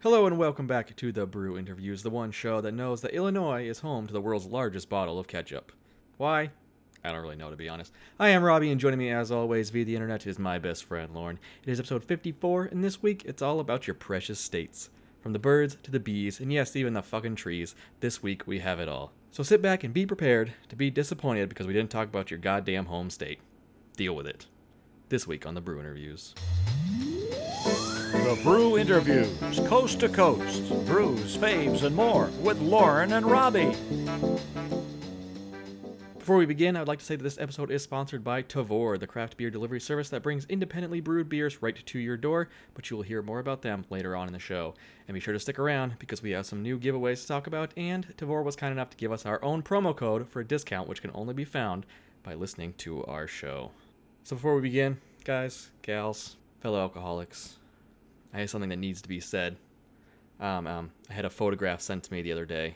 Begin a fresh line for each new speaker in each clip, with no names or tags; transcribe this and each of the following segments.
Hello and welcome back to The Brew Interviews, the one show that knows that Illinois is home to the world's largest bottle of ketchup. Why? I don't really know, to be honest. I am Robbie, and joining me as always via the internet is my best friend, Lauren. It is episode 54, and this week it's all about your precious states. From the birds to the bees, and yes, even the fucking trees, this week we have it all. So sit back and be prepared to be disappointed because we didn't talk about your goddamn home state. Deal with it. This week on The Brew Interviews.
The Brew Interviews, coast to coast, brews, faves, and more with Lauren and Robbie.
Before we begin, I would like to say that this episode is sponsored by Tavor, the craft beer delivery service that brings independently brewed beers right to your door, but you will hear more about them later on in the show. And be sure to stick around because we have some new giveaways to talk about, and Tavor was kind enough to give us our own promo code for a discount, which can only be found by listening to our show. So before we begin, guys, gals, fellow alcoholics, I have something that needs to be said. Um, um, I had a photograph sent to me the other day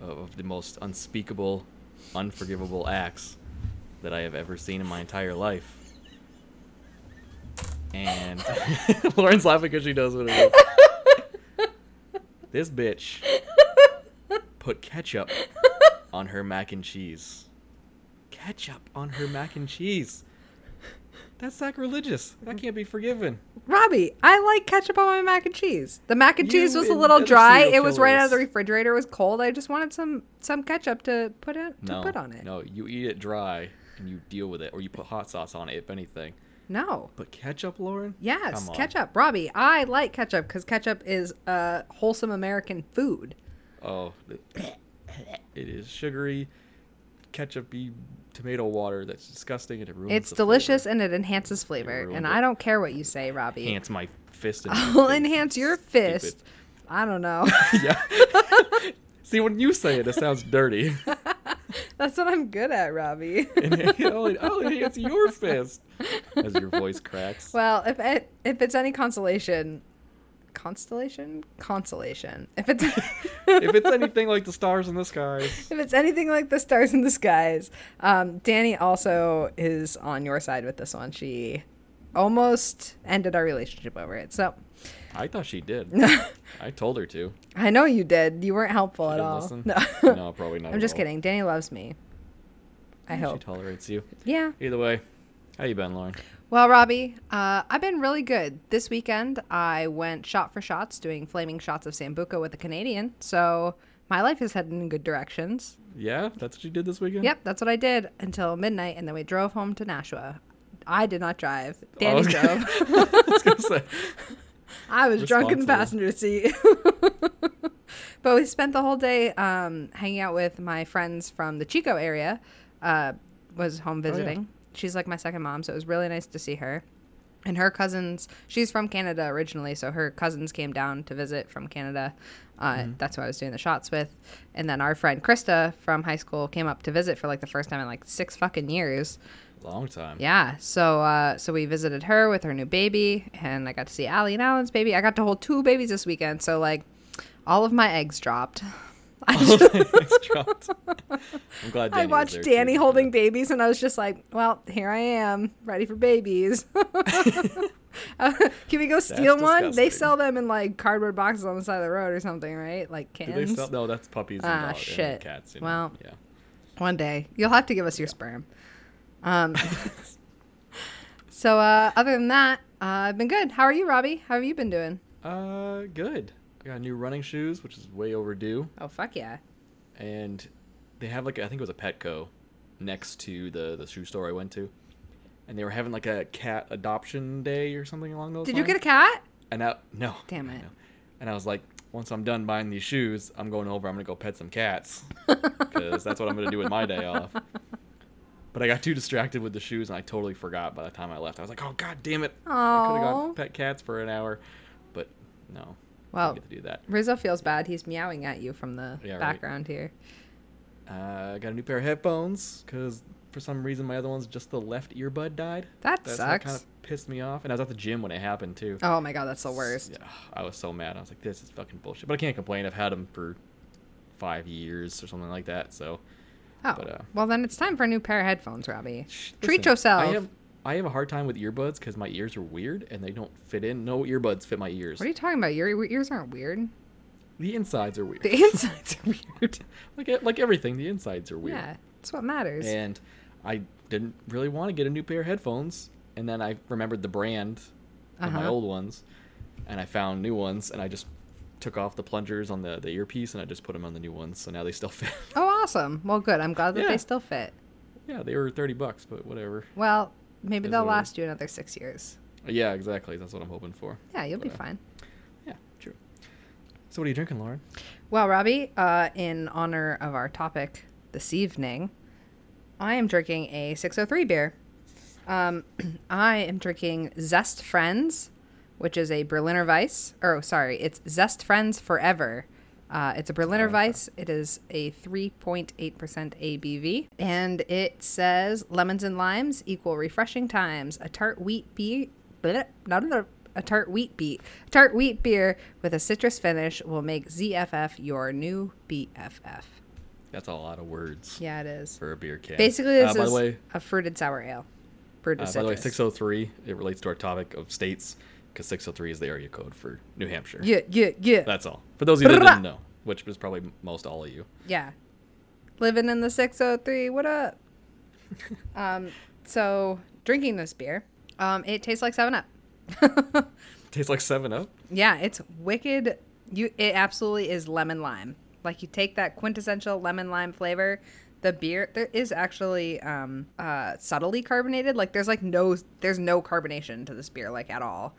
of, of the most unspeakable, unforgivable acts that I have ever seen in my entire life. And Lauren's laughing because she knows what it is. This bitch put ketchup on her mac and cheese. Ketchup on her mac and cheese. That's sacrilegious. That can't be forgiven.
Robbie, I like ketchup on my mac and cheese. The mac and
You
cheese was a
and
little
other
dry.
serial
It was right out of the
killers.
refrigerator. It was cold. I just wanted some some ketchup to put it to
no,
put on it. No.
No, you eat it dry and you deal with it, or you put hot sauce on it, if anything. But ketchup, Lauren?
Yes,
Come on.
ketchup. Robbie, I like ketchup because ketchup is a wholesome American food.
Oh, th- it is sugary, ketchupy tomato water that's disgusting and it ruins.
It's
the
delicious
Flavor.
and it enhances flavor.
ruined
And
it.
I don't care what you say, Robbie.
Enhance my fist. and
I'll enhance your fist. I don't know.
yeah. See, when you say it, it sounds dirty.
That's what I'm good at, Robbie.
I'll, I'll enhance your fist as your voice cracks.
Well, if it, if it's any consolation, constellation, consolation. If it's
If it's anything like the stars in the skies,
if it's anything like the stars in the skies, um, Danny also is on your side with this one. She almost ended our relationship over it. So
I thought she did. I told her to.
I know you did. You weren't helpful at
didn't
all.
listen?
uh, No,
No, probably not.
I'm
at
just
all.
kidding. Danny loves me. I
She
hope.
tolerates you.
Yeah.
Either way, how you been, Lauren?
Well, Robbie, uh, I've been really good. This weekend, I went shot for shots, doing flaming shots of Sambuca with a Canadian. So my life is headed in good directions.
Yeah, that's what you did this weekend.
Yep, that's what I did until midnight, and then we drove home to Nashua. I did not drive. Danny
okay.
drove.
I was gonna say,
I was drunk in the
Responsible.
passenger seat. but we spent the whole day um, hanging out with my friends from the Chico area. Uh, was home visiting. She's like my second mom, so it was really nice to see her. And her cousins, she's from Canada originally, so her cousins came down to visit from Canada. Uh, That's who I was doing the shots with. And then our friend Krista from high school came up to visit for like the first time in like six fucking years.
long time.
Yeah. So uh, so we visited her with her new baby, and I got to see Allie and Alan's baby. I got to hold two babies this weekend. So like, all of my eggs dropped. I, just-
Thanks, Trout. I'm glad Danny
I
was
watched
there, too.
Danny holding babies, and I was just like, well, here I am, ready for babies. Uh, Can we go steal one? They
disgusting.
sell them in like cardboard boxes on the side of the road or something, right? Like
Did they
cans.
sell? No, that's puppies. And
Ah,
dog- and
shit.
cats. And,
Well.
yeah.
One day. You'll have to give us your sperm. Um, so, uh, other than that, uh, I've been good. How are you, Robbie? How have you been doing?
Uh, good. I got new running shoes, which is way overdue,
Oh, fuck yeah.
and they have like I think it was a Petco next to the the shoe store I went to, and they were having like a cat adoption day or something along those.
Did you
lines.
get a cat?
And I no.
Damn
I
it.
know. And I was like, once I'm done buying these shoes, I'm going over. I'm gonna go pet some cats because that's what I'm gonna do with my day off. But I got too distracted with the shoes, and I totally forgot by the time I left. I was like, oh god damn it! I could have
Aw.
gone pet cats for an hour, but no.
Well-
I didn't get to do that.
Rizzo feels bad. He's meowing at you from the
Yeah, right.
background here.
Uh, I got a new pair of headphones because for some reason my other one's just the left earbud died.
That
That
sucks.
kind of pissed me off, and I was at the gym when it happened too.
Oh my god, that's the worst.
Yeah, I was so mad. I was like, this is fucking bullshit. But I can't complain. I've had them for five years or something like that. So
Oh,
But, uh,
well, then it's time for a new pair of headphones, Robbie.
Shh,
Treat
listen,
yourself.
I have I have a hard time with earbuds because my ears are weird and they don't fit in. No earbuds fit my ears.
What are you talking about? Your your ears aren't weird.
the insides are weird.
The insides are weird.
like e- like everything, the insides are weird.
Yeah, it's what matters.
And I didn't really want to get a new pair of headphones, and then I remembered the brand of my
Uh-huh.
old ones, and I found new ones, and I just took off the plungers on the, the earpiece and I just put them on the new ones, so now they still fit.
Oh, awesome. Well, good. I'm glad that
Yeah.
they still fit.
yeah, they were thirty bucks, but whatever.
Well, maybe
Is
they'll
what it is.
last you another six years.
Yeah, exactly. That's what I'm hoping for.
Yeah, you'll be
But, uh,
fine.
Yeah, true. So what are you drinking, Lauren?
Well, Robbie, uh, in honor of our topic this evening, I am drinking a 603 beer. Um, I am drinking Zest Friends, which is a Berliner Weiss. Or, oh, sorry, it's Zest Friends Forever. Uh, it's a
Oh,
Berliner Weiss. It is a 3.8% ABV. And it says lemons and limes equal refreshing times. A tart wheat beer. Not a tart wheat beet. Tart wheat beer with a citrus finish will make ZFF your new BFF.
That's a lot of words
Yeah, it is.
for a beer can.
Basically, this
uh, by
is
the way,
a fruited sour ale. Brewed with
Uh, by the way,
citrus.
603, it relates to our topic of states because 603 is the area code for New Hampshire.
Yeah, yeah, yeah.
That's all. For those of you that
Brrrah.
didn't know, which was probably most all of you.
yeah. Living in the 603. What up? um, so, drinking this beer, um, it tastes like 7 Up.
Tastes like 7 Up.
yeah, it's wicked. You, It absolutely is lemon lime. Like, you take that quintessential lemon lime flavor. The beer there is actually um, uh, subtly carbonated. Like there's like no there's no carbonation to this beer like at all.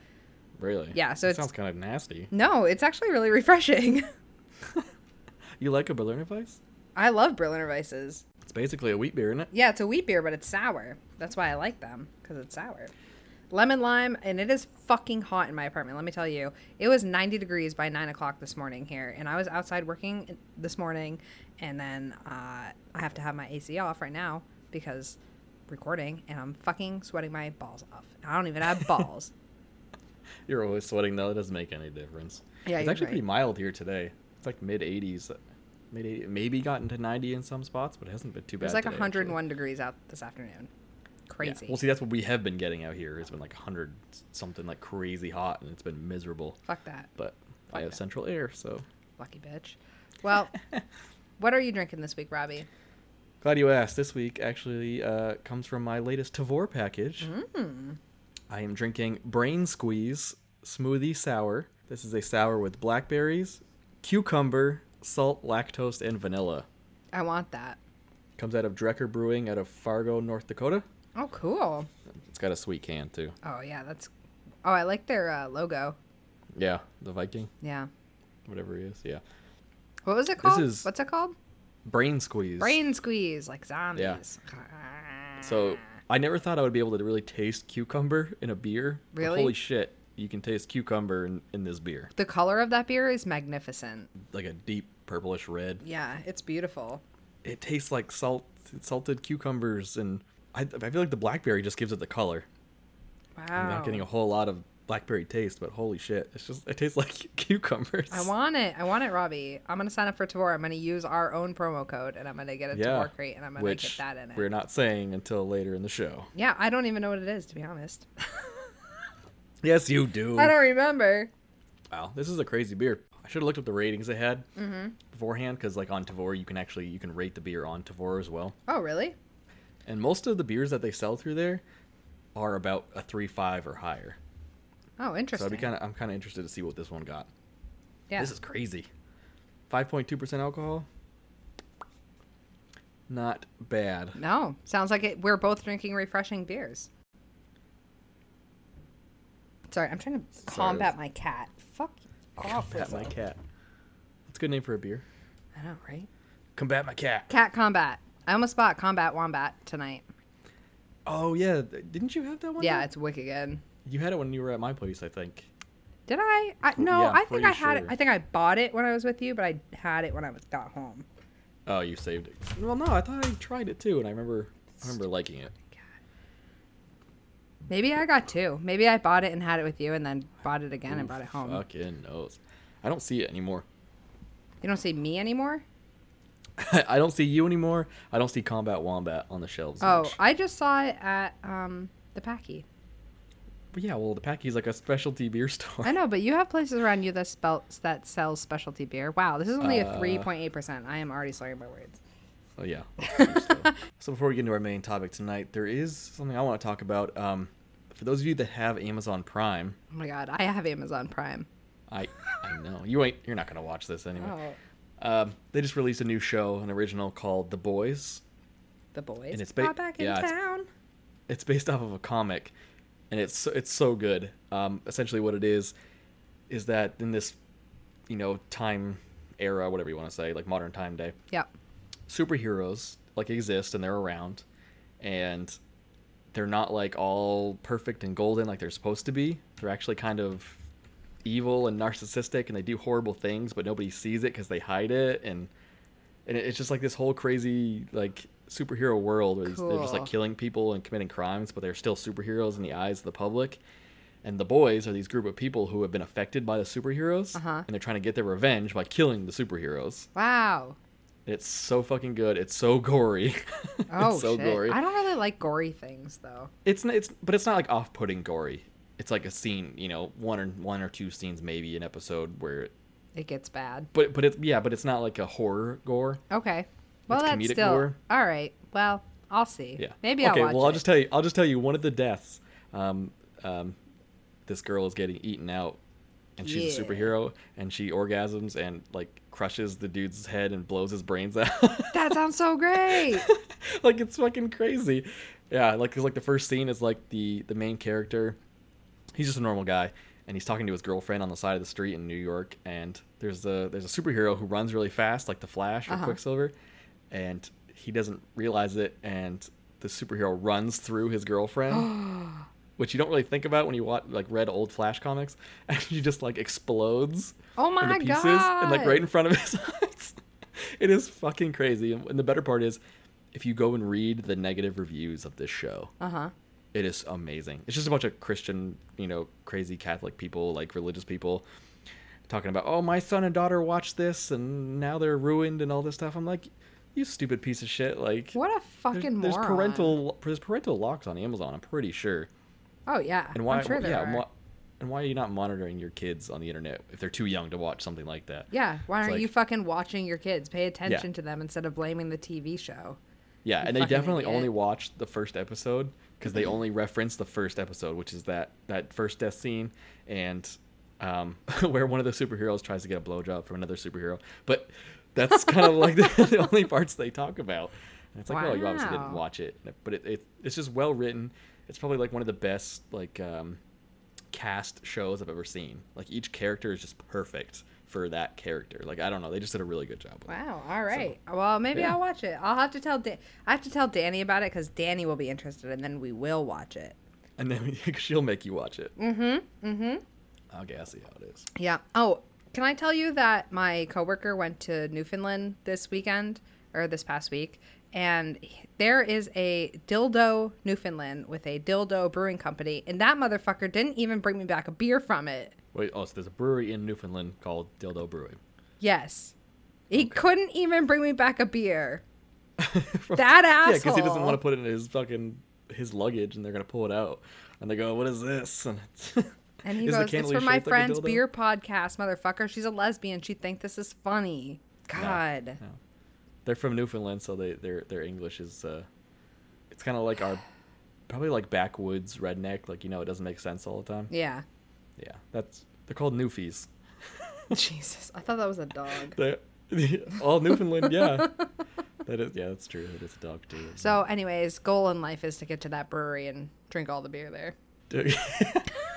Really?
Yeah, so
That
it's-
sounds kind of nasty.
No, it's actually really refreshing.
You like a Berliner Weiss?
I love Berliner Weisses.
It's basically a wheat beer, isn't it?
Yeah, it's a wheat beer, but it's sour. That's why I like them because it's sour. Lemon lime, and it is fucking hot in my apartment. Let me tell you, it was 90 degrees by nine o'clock this morning here, and I was outside working this morning, and then uh, I have to have my AC off right now because recording, and I'm fucking sweating my balls off. I don't even have balls.
You're always sweating, though. It doesn't make any difference.
Yeah,
It's
you're
actually
right.
pretty mild here today. It's like mid 80s. Mid 80s. Maybe gotten to 90 in some spots, but it hasn't been too bad.
It was like
today, actually.
101 degrees out this afternoon.
Yeah.
Crazy.
Well, see, that's what we have been getting out here. It's been like 100 something, like crazy hot, and it's been miserable.
Fuck that.
but I have
that.
central air, so
Lucky bitch. Well, what are you drinking this week, Robbie?
glad you asked. This week actually uh, comes from my latest Tavor package.
Mm.
I am drinking Brain Squeeze Smoothie Sour. This is a sour with blackberries, cucumber, salt, lactose, and vanilla.
I want that.
Comes out of Drecker Brewing out of Fargo, North Dakota.
Oh, cool.
It's got a sweet can too.
Oh, yeah, that's. Oh, I like their uh, logo.
Yeah, the Viking,
Yeah.
whatever he is. Yeah,
What was it called?
is-
What's it called?
Brain Squeeze.
Brain squeeze, like zombies.
So I never thought I would be able to really taste cucumber in a beer. but
Really?
Holy shit! You can taste cucumber in, in this beer.
The color of that beer is magnificent.
like a deep purplish red.
Yeah, it's beautiful.
It tastes like salt, salted cucumbers, and I, I feel like the blackberry just gives it the color.
Wow.
I'm not getting a whole lot of blackberry taste, but holy shit, it's just it tastes like cucumbers.
I want it. I want it, Robbie. I'm gonna sign up for Tavor. I'm gonna use our own promo code, and I'm gonna get a
yeah,
Tavor crate, and I'm gonna
which
get that in it.
we're not saying until later in the show.
Yeah, I don't even know what it is to be honest.
Yes, you do.
I don't remember.
Wow, this is a crazy beer. I should have looked up the ratings they had
Mm-hmm.
beforehand, because like on Tavor, you can actually you can rate the beer on Tavor as well.
Oh, really?
And most of the beers that they sell through there are about a three five or higher.
Oh,
So
interesting.
I'd be kind of I'm kind of interested to see what this one got.
yeah.
This is crazy. 5.2% alcohol. Not bad.
No, sounds like it. We're both drinking refreshing beers. Sorry, I'm trying to
Sorry,
combat
that's-
my cat. Fuck off.
Combat my
Lizzo.
cat. That's a good name for a beer.
I know, right?
Combat my cat.
Cat combat. I almost bought combat wombat tonight.
Oh yeah, th- didn't you have that one?
Yeah,
though?
it's wicked good.
You had it when you were at my place, I think.
Did I? I no,
yeah,
I think
pretty
I had it.
sure.
I think I bought it when I was with you, but I had it when I was got home.
Oh, you saved it. Well, no, I thought I tried it too, and I remember I remember liking it.
Maybe I got two. Maybe I bought it and had it with you, and then bought it again and brought it home.
Fucking knows. I don't see it anymore.
You don't see me anymore.
I don't see you anymore. I don't see Combat Wombat on the shelves.
Oh,
much.
I just saw it at um The Packy.
But yeah, well, the Packy's like a specialty beer store.
I know, but you have places around you that spell that sells specialty beer. Wow, this is only
Uh,
a three point eight percent. I am already slurring my words.
Oh yeah. so before we get into our main topic tonight, there is something I want to talk about. Um, for those of you that have Amazon Prime,
Oh my god, I have Amazon Prime.
I I know you ain't you're not gonna watch this anyway.
Oh,
Um, they just released a new show, an original called The Boys.
the boys
And it's ba-
are back in
yeah, it's-
town.
It's based off of a comic, and it's so- it's so good. Um, essentially, what it is is that in this, you know, time era, whatever you want to say, like modern time day,
Yeah,
superheroes like exist and they're around and they're not like all perfect and golden like they're supposed to be they're actually kind of evil and narcissistic and they do horrible things but nobody sees it because they hide it and and it- it's just like this whole crazy like superhero world where these- they're just like
Cool.
killing people and committing crimes but they're still superheroes in the eyes of the public and the boys are these group of people who have been affected by the superheroes
Uh-huh.
and they're trying to get their revenge by killing the superheroes
Wow.
it's so fucking good. It's so gory.
Oh
it's so
shit.
gory.
I don't really like gory things though.
It's n- it's but it's not like off-putting gory. It's like a scene, you know, one or one or two scenes maybe an episode where
It gets bad.
but but it's yeah, but it's not like a horror gore.
Okay. Well, that's
comedic
still
gore.
all right. Well, I'll see.
Yeah.
Maybe
okay,
I'll watch
well,
it.
I'll just tell you I'll just tell you one of the deaths. Um um this girl is getting eaten out and she's a
Yeah.
superhero and she orgasms and like crushes the dude's head and blows his brains out.
that sounds so great.
like it's fucking crazy. Yeah, like 'cause, like the first scene is like the the main character. He's just a normal guy, and he's talking to his girlfriend on the side of the street in New York. And there's a there's a superhero who runs really fast, like the Flash or
Uh-huh.
Quicksilver, and he doesn't realize it, and the superhero runs through his girlfriend. Which you don't really think about when you watch like read old Flash comics, and she just like explodes
Oh
into
my
pieces
god.
and like right in front of his eyes. it is fucking crazy. And, and the better part is, if you go and read the negative reviews of this show,
Uh huh.
it is amazing. It's just a bunch of Christian, you know, crazy Catholic people, like religious people, talking about, oh, my son and daughter watched this and now they're ruined and all this stuff. I'm like, you stupid piece of shit. Like,
What a
there's,
fucking
there's
moron.
parental there's parental locks on Amazon. I'm pretty sure.
Oh yeah.
And why?
I'm sure there
yeah.
are.
and why- and why are you not monitoring your kids on the internet if they're too young to watch something like that?
Yeah, why
It's
aren't you
like-
fucking watching your kids? Pay attention to them instead of blaming the TV show.
Yeah,
You
and they
fucking
definitely
idiot.
only watched the first episode because they only referenced the first episode, which is that that first death scene and um, where one of the superheroes tries to get a blowjob from another superhero. But that's kind of like the, the only parts they talk about. And it's like, oh, you obviously didn't
Wow.
watch it, but it, it it's just well written. It's probably like one of the best like um, cast shows I've ever seen. Like each character is just perfect for that character. Like I don't know, they just did a really good job. With it.
Wow. All right. well, maybe
yeah.
I'll watch it. I'll have to tell. Da- I have to tell Danny about it because Danny will be interested, and then we will watch it.
and then she'll make you watch it. Mm-hmm. Mm-hmm. Okay, I see how it is.
Yeah. Oh, can I tell you that my coworker went to Newfoundland this weekend or this past week, and he- there is a dildo Newfoundland with a dildo brewing company, and that motherfucker didn't even bring me back a beer from it.
Wait, oh, so there's a brewery in Newfoundland called Dildo Brewing.
Yes. He couldn't even bring me back a beer. that asshole.
Yeah, because he doesn't want to put it in his fucking his luggage, and they're gonna pull it out, and they go, "What is this?" And, it's
And he
Is the
goes, "It's
cannoli
for my
shaped like a
friend's
dildo?"
beer podcast, motherfucker. She's a lesbian. She'd think this is funny." God.
no. they're from Newfoundland, so they their their English is uh, it's kind of like our probably like backwoods redneck, like you know, it doesn't make sense all the time.
Yeah.
Yeah, that's they're called Newfies.
Jesus, I thought that was a dog.
They're, all Newfoundland, yeah. That is, yeah, that's true. That is a dog too.
So, anyways, goal in life is to get to that brewery and drink all the beer there.
Dude.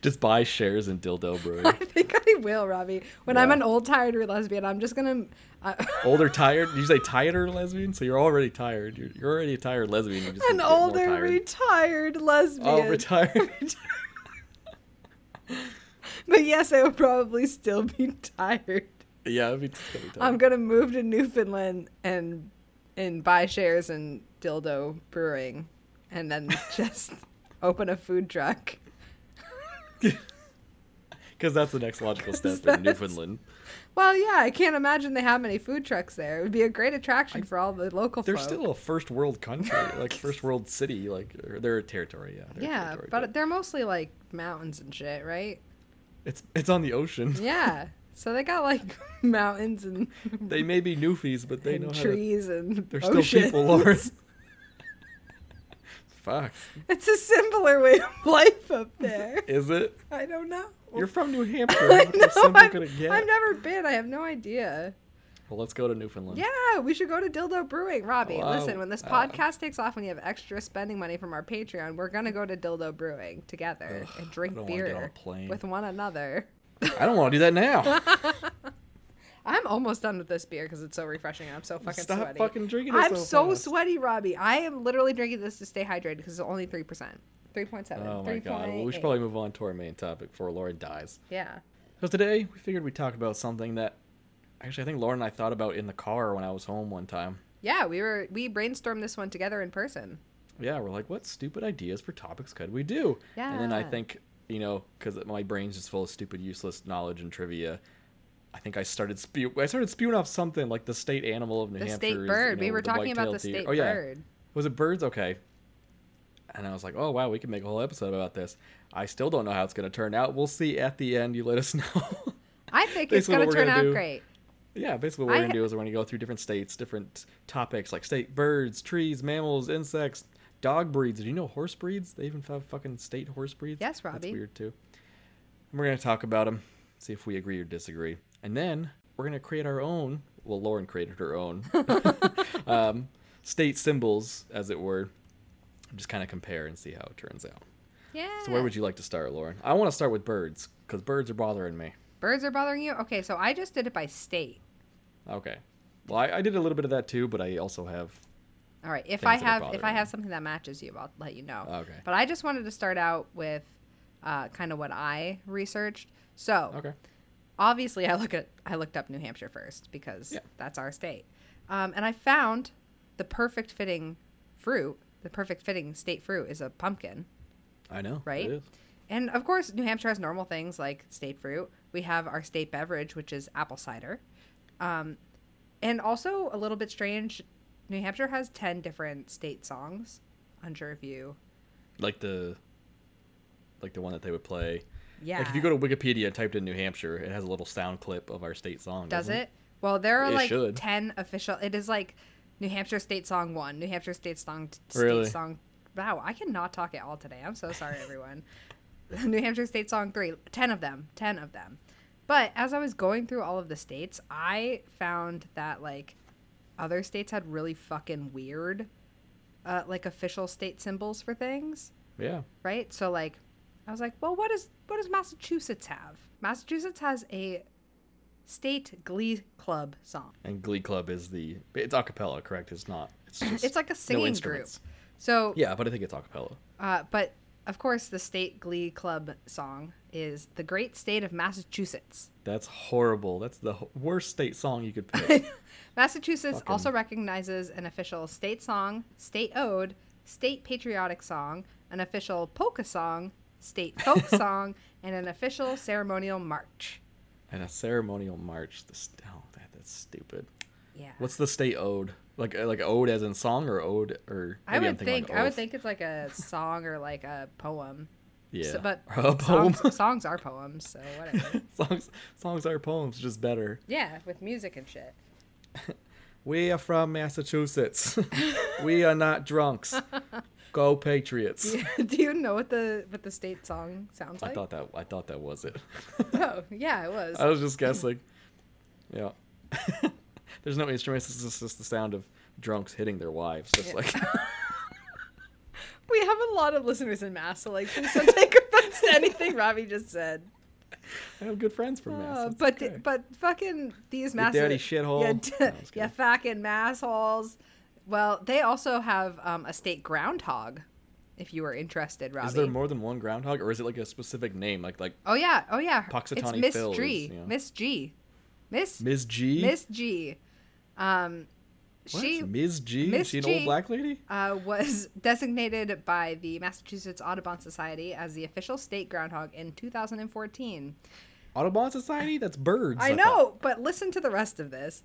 just buy shares in dildo brewing.
I think I will, Robbie. When I'm
Yeah.
an old tired lesbian, I'm just gonna. Uh,
Older, tired. You say tired or lesbian, so you're already tired. You're, you're already a tired lesbian. You're just
an
gonna get more
older
tired.
retired lesbian.
Oh, retired.
but yes, I would probably still be tired.
yeah, I'd be, I'd be tired.
I'm gonna move to Newfoundland and and buy shares in dildo brewing, and then just open a food truck.
because that's the next logical step in Newfoundland.
Well, yeah, I can't imagine they have many food trucks there. It would be a great attraction for all the local
They're
folk.
still a first world country, like first world city, like or they're a territory. Yeah. they're a
yeah,
territory,
but they're mostly like mountains and shit, right?
it's it's on the ocean.
Yeah. So they got like mountains and,
They may be Newfies, but they know
and
how to.
trees and
They're still
oceans.
people, Lauren. Fuck.
It's a simpler way of life up there.
Is it?
I don't know.
You're from New Hampshire.
I
How simple
I've,
could it get?
I've never been. I have no idea.
Well, let's go to Newfoundland.
Yeah, we should go to Dildo Brewing, Robbie.
Wow.
Listen, when this
Uh,
podcast takes off and you have extra spending money from our Patreon, we're gonna go to Dildo Brewing together and
I
drink
don't wanna get on a
beer
plane.
with one another.
I don't want to do that now.
I'm almost done with this beer because it's so refreshing. and I'm so fucking
Stop
sweaty.
fucking drinking it
I'm
so
so
fast.
sweaty, Robbie. I am literally drinking this to stay hydrated because it's only three percent, three point seven.
Oh my god. Well, we should probably move on to our main topic before Lauren dies.
Yeah.
So today we figured we'd talk about something that actually I think Lauren and I thought about in the car when I was home one time.
Yeah, we were we brainstormed this one together in person.
Yeah, we're like, what stupid ideas for topics could we do? And then I
Yeah.
think, you know, because my brain's just full of stupid, useless knowledge and trivia. I think I started spew. I started spewing off something like the state animal of New
The
Hampshire.
state
is, you
bird. we
know,
were
the
talking about the
white-tailed deer.
state
Oh yeah,
bird.
was it birds? Okay. And I was like, oh wow, we could make a whole episode about this. I still don't know how it's gonna turn out. We'll see at the end. You let us know.
I think it's
Basically what
gonna
we're
turn
gonna
out
do-
great.
Yeah, basically what we're
I-
gonna do is we're gonna go through different states, different topics like state birds, trees, mammals, insects, dog breeds. Did you know horse breeds? They even have fucking state horse breeds.
Yes,
That's
Robbie.
weird too. And we're gonna talk about them, see if we agree or disagree, and then we're gonna create our own. Well, Lauren created her own um, state symbols, as it were. And just kind of compare and see how it turns out.
Yeah.
So where would you like to start, Lauren? I want to start with birds because birds are bothering me.
birds are bothering you? Okay, so I just did it by state.
Okay. Well, I, I did a little bit of that too, but I also have
All right. If
Things
I
that are
have if I
bothering
have
you.
something that matches you, I'll let you know.
uh, Okay.
But I just wanted to start out with uh, kind of what I researched. So
Okay.
obviously I look at I looked up New Hampshire first because
Yeah.
that's our state, um, and I found the perfect fitting fruit. The perfect fitting state fruit is a pumpkin.
I know.
right?
It is.
And of course, New Hampshire has normal things like state fruit. We have our state beverage, which is apple cider. Um, and also, a little bit strange, New Hampshire has 10 different state songs. Unsure if you.
Like the like the one that they would play.
Yeah.
Like if you go to Wikipedia and typed in New Hampshire, it has a little sound clip of our state song.
Does
doesn't
it? Well, there are
It
like
should.
10 official. It is like New Hampshire State Song 1, New Hampshire State Song. t-
Really?
State song. Wow, I cannot talk at all today. I'm so sorry, everyone. New Hampshire State Song 3, 10 of them, 10 of them. But as I was going through all of the states, I found that like other states had really fucking weird, uh, like official state symbols for things
Yeah.
right? So like, I was like, well, what is what does Massachusetts have? Massachusetts has a state glee club song.
And Glee Club is the it's a cappella, correct? It's not. It's just
It's like a singing group.
instruments.
So
Yeah, but I think it's a cappella.
uh, but of course, the state glee club song is "The Great State of Massachusetts."
That's horrible. That's the h- worst state song you could pick.
Massachusetts also recognizes an official state song, state ode, state patriotic song, an official polka song, state folk song, and an official ceremonial march.
and a ceremonial march. This oh, that, that's stupid.
Yeah.
What's the state ode? Like uh, like ode as in song or ode or
I
maybe I'm
would
thinking
think
like
I would
oath.
think it's like a song or like a poem.
yeah.
So- but
a poem.
Songs, songs are poems, so whatever.
songs songs are poems, just better.
yeah, with music and shit.
We are from Massachusetts. we are not drunks. Go Patriots.
Do you know what the what the state song sounds
I
like?
thought that I thought that was it.
Oh, yeah, it was.
I was just guessing. Yeah. There's no instruments. It's just, it's just the sound of drunks hitting their wives. Just
Yeah.
like
we have a lot of listeners in Mass, so like please don't take offense to anything Robbie just said.
I have good friends from Mass.
Uh,
It's
but
okay.
but fucking these
You
Mass
dirty shithole. Oh,
Yeah,
No, I'm just
yeah,
kidding.
fucking massholes. Well, they also have um, a state groundhog. If you were interested, Robbie.
is there more than one groundhog, or is it like a specific name? Like like
Oh yeah, oh yeah. her- it's
Puxatawny
Miss
Phil is,
G.
you know.
Miss G. Miss
Ms. G.
Miss G. Um
What?
she
Ms. G.
Miss
is she an
G.
old black lady?
uh, was designated by the Massachusetts Audubon Society as the official state groundhog in 2014.
Audubon Society? That's birds.
I
thought.
know, but listen to the rest of this.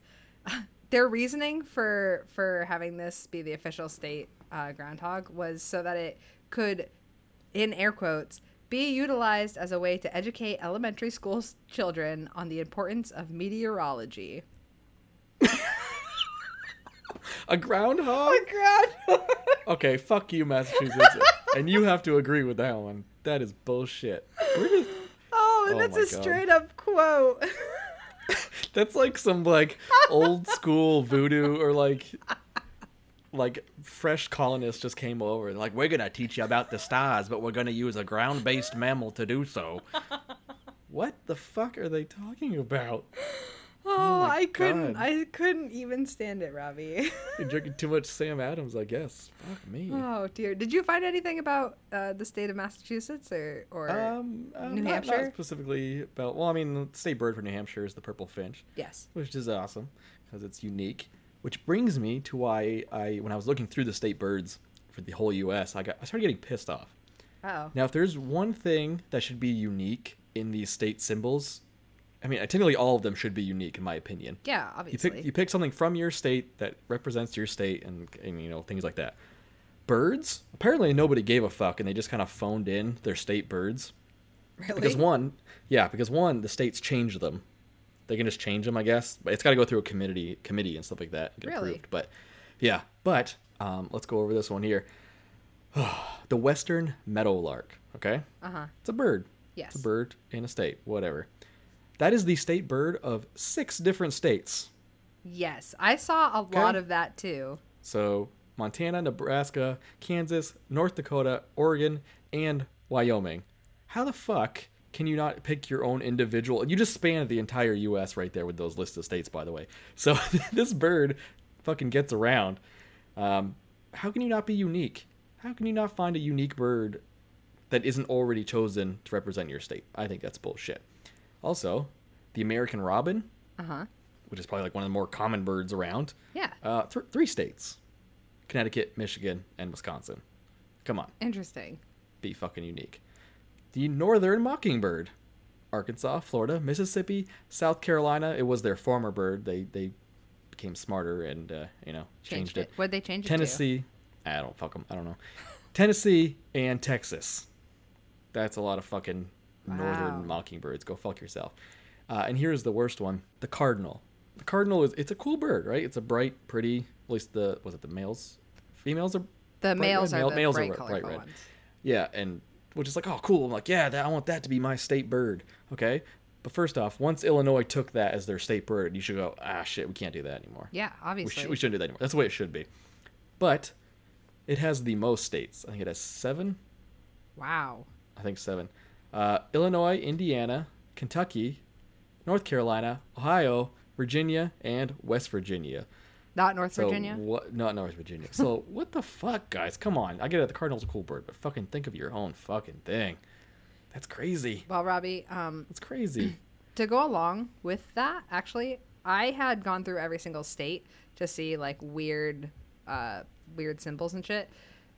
Their reasoning for for having this be the official state uh, groundhog was so that it could, in air quotes, be utilized as a way to educate elementary school s- children on the importance of meteorology.
A
Oh
groundhog?
Groundhog.
Okay, fuck you, Massachusetts. and you have to agree with that one. That is bullshit. We're just-
Oh, and
Oh
that's
my
a
God.
straight up quote.
That's like some like old school voodoo or like like fresh colonists just came over and like we're gonna teach you about the stars, but we're gonna use a ground based mammal to do so. What the fuck are they talking about?
Oh, I couldn't.
God.
I couldn't even stand it, Robbie.
You're drinking too much Sam Adams, I guess. Fuck me.
oh dear. Did you find anything about uh, the state of Massachusetts or or?
Um, uh,
New
not- not
Hampshire?
specifically about. Well, I mean, the state bird for New Hampshire is the purple finch.
yes.
which is awesome because it's unique. Which brings me to why I, when I was looking through the state birds for the whole U.S., I got I started getting pissed off.
Oh.
Now, if there's one thing that should be unique in these state symbols, I mean, technically all of them should be unique in my opinion.
Yeah,
You
obviously.
pick you pick something from your state that represents your state and, and you know things like that. Birds apparently nobody gave a fuck and they just kind of phoned in their state birds.
really?
Because one, yeah, because one, the states change them. They can just change them, I guess. But it's got to go through a committee, committee and stuff like that, and get
Really?
approved. But yeah, but um, let's go over this one here. the Western meadowlark. Okay,
Uh huh.
it's a bird.
Yes.
it's a bird in a state. Whatever. That is the state bird of six different states.
Yes, I saw a lot of that too.
So Montana, Nebraska, Kansas, North Dakota, Oregon, and Wyoming. How the fuck can you not pick your own individual? You just spanned the entire U.S. right there with those lists of states, by the way. So this bird fucking gets around. Um, how can you not be unique? How can you not find a unique bird that isn't already chosen to represent your state? I think that's bullshit. Also, the American robin,
Uh huh.
which is probably like one of the more common birds around,
Yeah.
uh, th- three states Connecticut, Michigan, and Wisconsin. Come on,
Interesting.
be fucking unique. The Northern Mockingbird. Arkansas, Florida, Mississippi, South Carolina. It was their former bird. They they became smarter and uh, you know changed,
Changed, it. What'd they change it
Tennessee. I don't fuck 'em, I don't know. Tennessee and Texas. That's a lot of fucking
Wow.
northern mockingbirds. Go fuck yourself. Uh, and here's the worst one: the cardinal. The cardinal is it's a cool bird, right? It's a bright, pretty. At least the was it the males, females are.
to? The
bright
males
red?
are
Male-
the
males
bright,
red-
colorful
bright red.
ones.
Yeah, and which is like, oh, cool. I'm like, yeah, that, I want that to be my state bird. Okay, but first off, once Illinois took that as their state bird, you should go, ah, shit, we can't do that anymore.
Yeah,
We,
obviously.
sh- we shouldn't do that anymore. That's the way it should be. But it has the most states. I think it has seven.
Wow.
I think seven. Uh, Illinois, Indiana, Kentucky, North Carolina, Ohio, Virginia, and West Virginia.
Not North
So
Virginia.
What? Not North Virginia. So what the fuck, guys? Come on. I get it. The Cardinals are a cool bird, but fucking think of your own fucking thing. That's crazy.
well, Robbie, um,
That's crazy.
to go along with that, actually, I had gone through every single state to see like weird, uh, weird symbols and shit.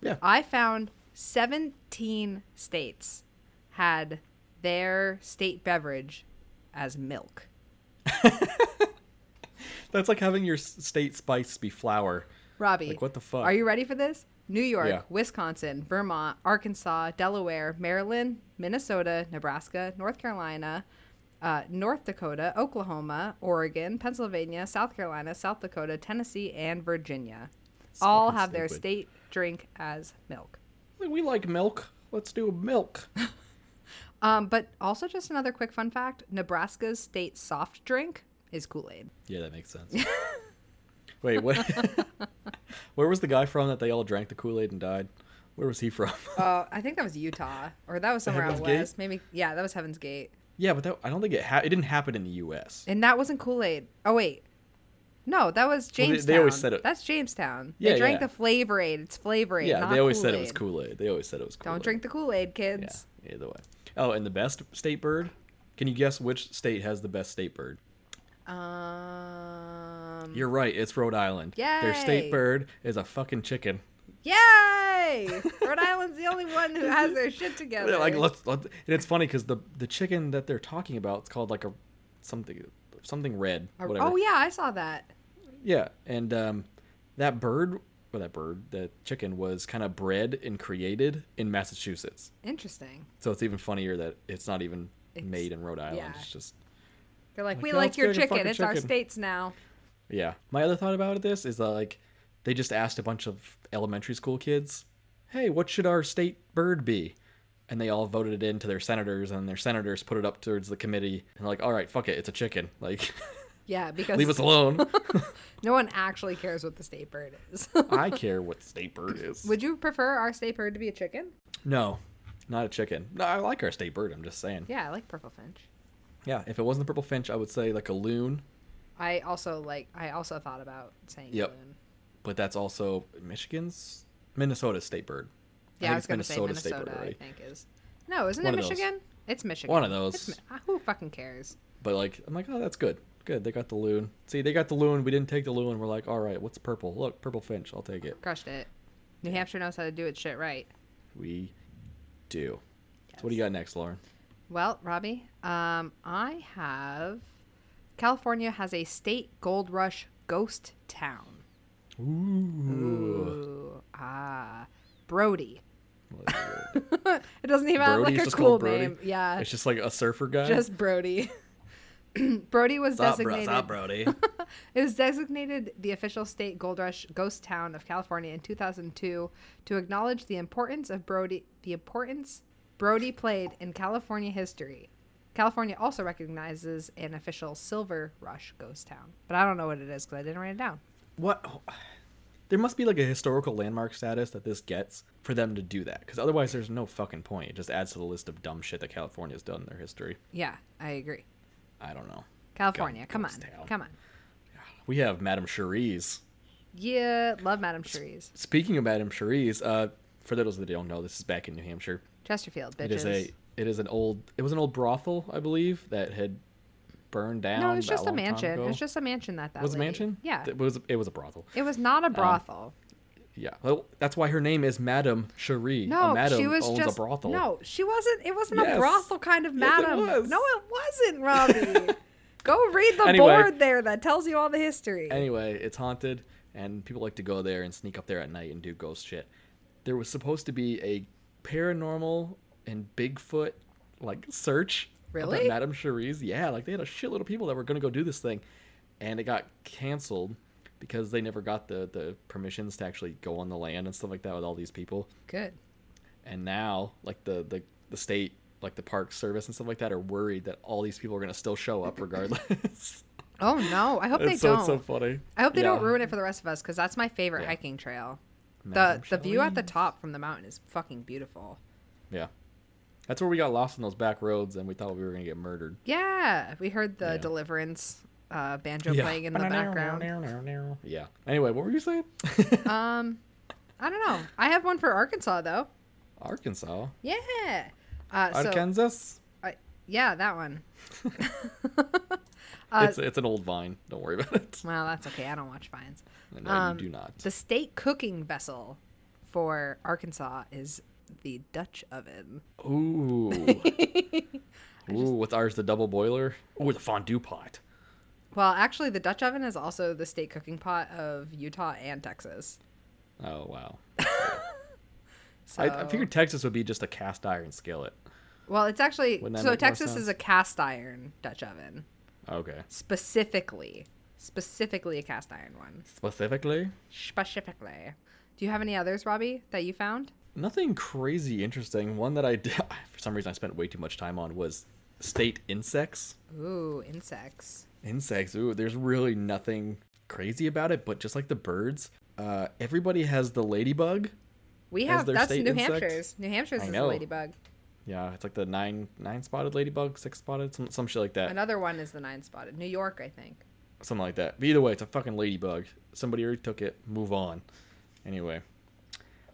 Yeah.
I found 17 states had their state beverage as milk.
That's like having your s- state spice be flour.
Robbie,
Like, what the fuck?
Are you ready for this? New York,
Yeah.
Wisconsin, Vermont, Arkansas, Delaware, Maryland, Minnesota, Nebraska, North Carolina, uh, North Dakota, Oklahoma, Oregon, Pennsylvania, South Carolina, South Dakota, Tennessee, and Virginia. all
fucking
have their
stupid.
state drink as milk.
We like milk. Let's do milk.
Um, but also, just another quick fun fact Nebraska's state soft drink is Kool Aid.
Yeah, that makes sense. Wait, what? Where was the guy from that they all drank the Kool Aid and died? Where was he from?
Uh, I think that was Utah, or that was somewhere out
Heaven's Gate?
west. Maybe, yeah, that was Heaven's Gate.
yeah, but that, I don't think it ha- it didn't happen in the U.S.
And that wasn't Kool Aid. Oh wait, no, that was
Well, they-
Jamestown.
they always said it-
That's Jamestown.
Yeah,
they drank
yeah.
the Flavor Aid. It's Flavor Aid.
Yeah,
not
they always said it
Kool-Aid.
was Kool Aid. They always said it was Kool Aid.
Don't drink the Kool Aid,
Yeah,
kids.
either way. Oh, and the best state bird? Can you guess which state has the best state bird?
Um.
You're right. It's Rhode Island. Their state
Yay!
bird is a fucking chicken.
Yay! Hey, Rhode Island's the only one who has their shit together.
They're like let's, let and it's funny because the the chicken that they're talking about it's called like a something something red
Or-
whatever
oh yeah, I saw that.
yeah and um that bird or that bird that chicken was kind of bred and created in massachusetts
Interesting.
so it's even funnier that it's not even
It's-
made in rhode island
yeah.
it's just
They're like,
Like,
we
yeah,
like
let's
your
go to
chicken.
fucking
It's our
chicken."
states now.
yeah my other thought about this is that like they just asked a bunch of elementary school kids hey what should our state bird be and they all voted it in to their senators and their senators put it up towards the committee and like all right fuck it it's a chicken like
Yeah, because
leave us alone
no one actually cares what the state bird is.
I care what state bird is.
Would you prefer our state bird to be a chicken?
no, not a chicken. No, I like our state bird. I'm just saying. Yeah.
Yeah, I like purple finch.
if it wasn't the purple finch, I would say like a loon,
I also like. I also thought about saying
Yep.
loon.
but that's also Michigan's Minnesota's state bird.
Yeah, I,
think
was
it's
going to say
Minnesota's
Minnesota. I
already.
think is. No, isn't
One
it
of those.
Michigan? It's Michigan.
One of those.
It's Mi- ah, who fucking cares?
But like, I'm like, oh, that's good. Good, they got the loon. See, they got the loon. We didn't take the loon. We're like, all right, what's purple? Look, purple finch. I'll take it.
Crushed it. New Hampshire knows how to do its shit right.
We do. So what do you got next, Lauren?
Well, Robbie, um, I have California has a state gold rush ghost town.
Ooh.
Ooh, ah, Brody.
Brody's
It doesn't even have like a
just
cool
called Brody.
name. Yeah,
It's just like a surfer guy.
just Brody. Brody was designated.
Brody?
It was designated the official state gold rush ghost town of California in 2002 to acknowledge the importance of Brody, the importance Brody played in California history. California also recognizes an official silver rush ghost town, but I don't know what it is because I didn't write it down.
what there must be like a historical landmark status that this gets for them to do that because otherwise there's no fucking point it just adds to the list of dumb shit that california's done in their history
Yeah, I agree.
i don't know
California,
Gun
come on,
ghost town.
come on.
we have madame cherise
Yeah, love Madame Cherie's
speaking of madame cherise uh, for those that don't know this is back in new hampshire
Chesterfield bitches.
it is a it is an old it was an old brothel i believe that had burned down
no, it's
that
just a
long time
mansion. It
ago.
was just a mansion that that
was it a
lady-
mansion Oh.
Yeah,
it was it was a brothel
it was not a brothel.
yeah well, that's why her name is madame cherie
No,
a madam
she was
owns
just
a brothel
No, she wasn't. It wasn't a
Yes.
brothel kind of
Yes, it
madam.
was.
No, it wasn't, Robbie. Go read the
Anyway.
board there that tells you all the history.
Anyway, it's haunted, and people like to go there and sneak up there at night and do ghost shit. There was supposed to be a paranormal and Bigfoot like search. up at
Really?
Madame Cherie's. Yeah, like they had a shitload of people that were gonna go do this thing, and it got canceled because they never got the the permissions to actually go on the land and stuff like that with all these people
Good.
and now like the the, the state like the park service and stuff like that are worried that all these people are going to still show up regardless
Oh no, I hope they
and so
don't.
it's so funny
I hope they don't
Yeah.
ruin it for the rest of us because that's my favorite
Yeah.
hiking trail. The
Madame
the view at the
Cherie's.
top from the mountain is fucking beautiful.
Yeah. That's where we got lost in those back roads and we thought we were going to get murdered.
Yeah, we heard the
Yeah.
Deliverance uh, banjo
Yeah.
playing in the background.
Yeah. Anyway, what were you saying?
um, I don't know. I have one for Arkansas though.
Arkansas.
Yeah. Uh, so,
Arkansas.
I, yeah, that one. uh,
it's, it's an old vine. Don't worry about it.
Well, that's okay. I don't watch vines.
No,
Um,
you do not.
The state cooking vessel for Arkansas is the Dutch oven.
Ooh. Ooh, with ours, the double boiler. Ooh, the fondue pot.
Well, actually, the Dutch oven is also the state cooking pot of Utah and Texas.
Oh, wow.
So,
I, I figured Texas would be just a cast iron skillet.
well, it's actually
Wouldn't that
so
make more
Texas is
sense?
a cast iron Dutch oven,
Okay.
specifically, specifically a cast iron one.
Specifically,
Specifically. Do you have any others, Robbie, that you found?
Nothing crazy interesting. One that I did, for some reason I spent way too much time on was state insects.
Ooh, insects.
Insects. Ooh, there's really nothing crazy about it, but just like the birds, uh, everybody has the ladybug.
We
As
have
their
that's
state
New
insect?
Hampshire's. New Hampshire's
I
is the
know.
ladybug.
Yeah, it's like the nine nine spotted ladybug, six spotted, some some shit like that,
Another one is the nine spotted. New York, I think.
something like that. But either way, it's a fucking ladybug. Somebody already took it. Move on. Anyway,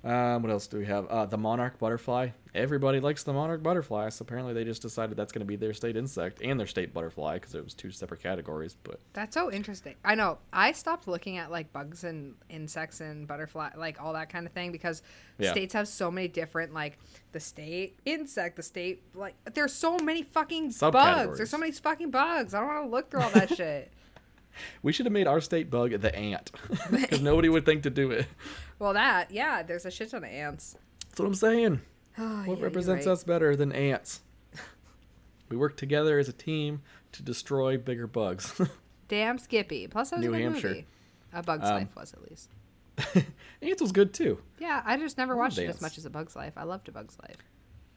Um, what else do we have? Uh, the monarch butterfly. Everybody likes the monarch butterfly, so apparently they just decided that's going to be their state insect and their state butterfly because it was two separate categories. But
That's so interesting. I know. I stopped looking at like bugs and insects and butterfly, like all that kind of thing, because
Yeah.
states have so many different, like the state insect, the state, like there's so many fucking bugs. There's so
Subcategories.
many fucking bugs. I don't want to look through all that shit.
we should have made our state bug the ant because nobody would think to do it.
Well, that, yeah, there's a shit ton of ants.
That's what I'm saying.
Oh, yeah,
What
you're
represents
right.
us better than ants? we work together as a team to destroy bigger bugs.
Damn Skippy. Plus, that was
New
a good
Hampshire.
movie. A Bug's
Um,
Life was at least.
ants was good too.
Yeah, I just never watched it as
dance.
much as A Bug's Life. I loved A Bug's Life.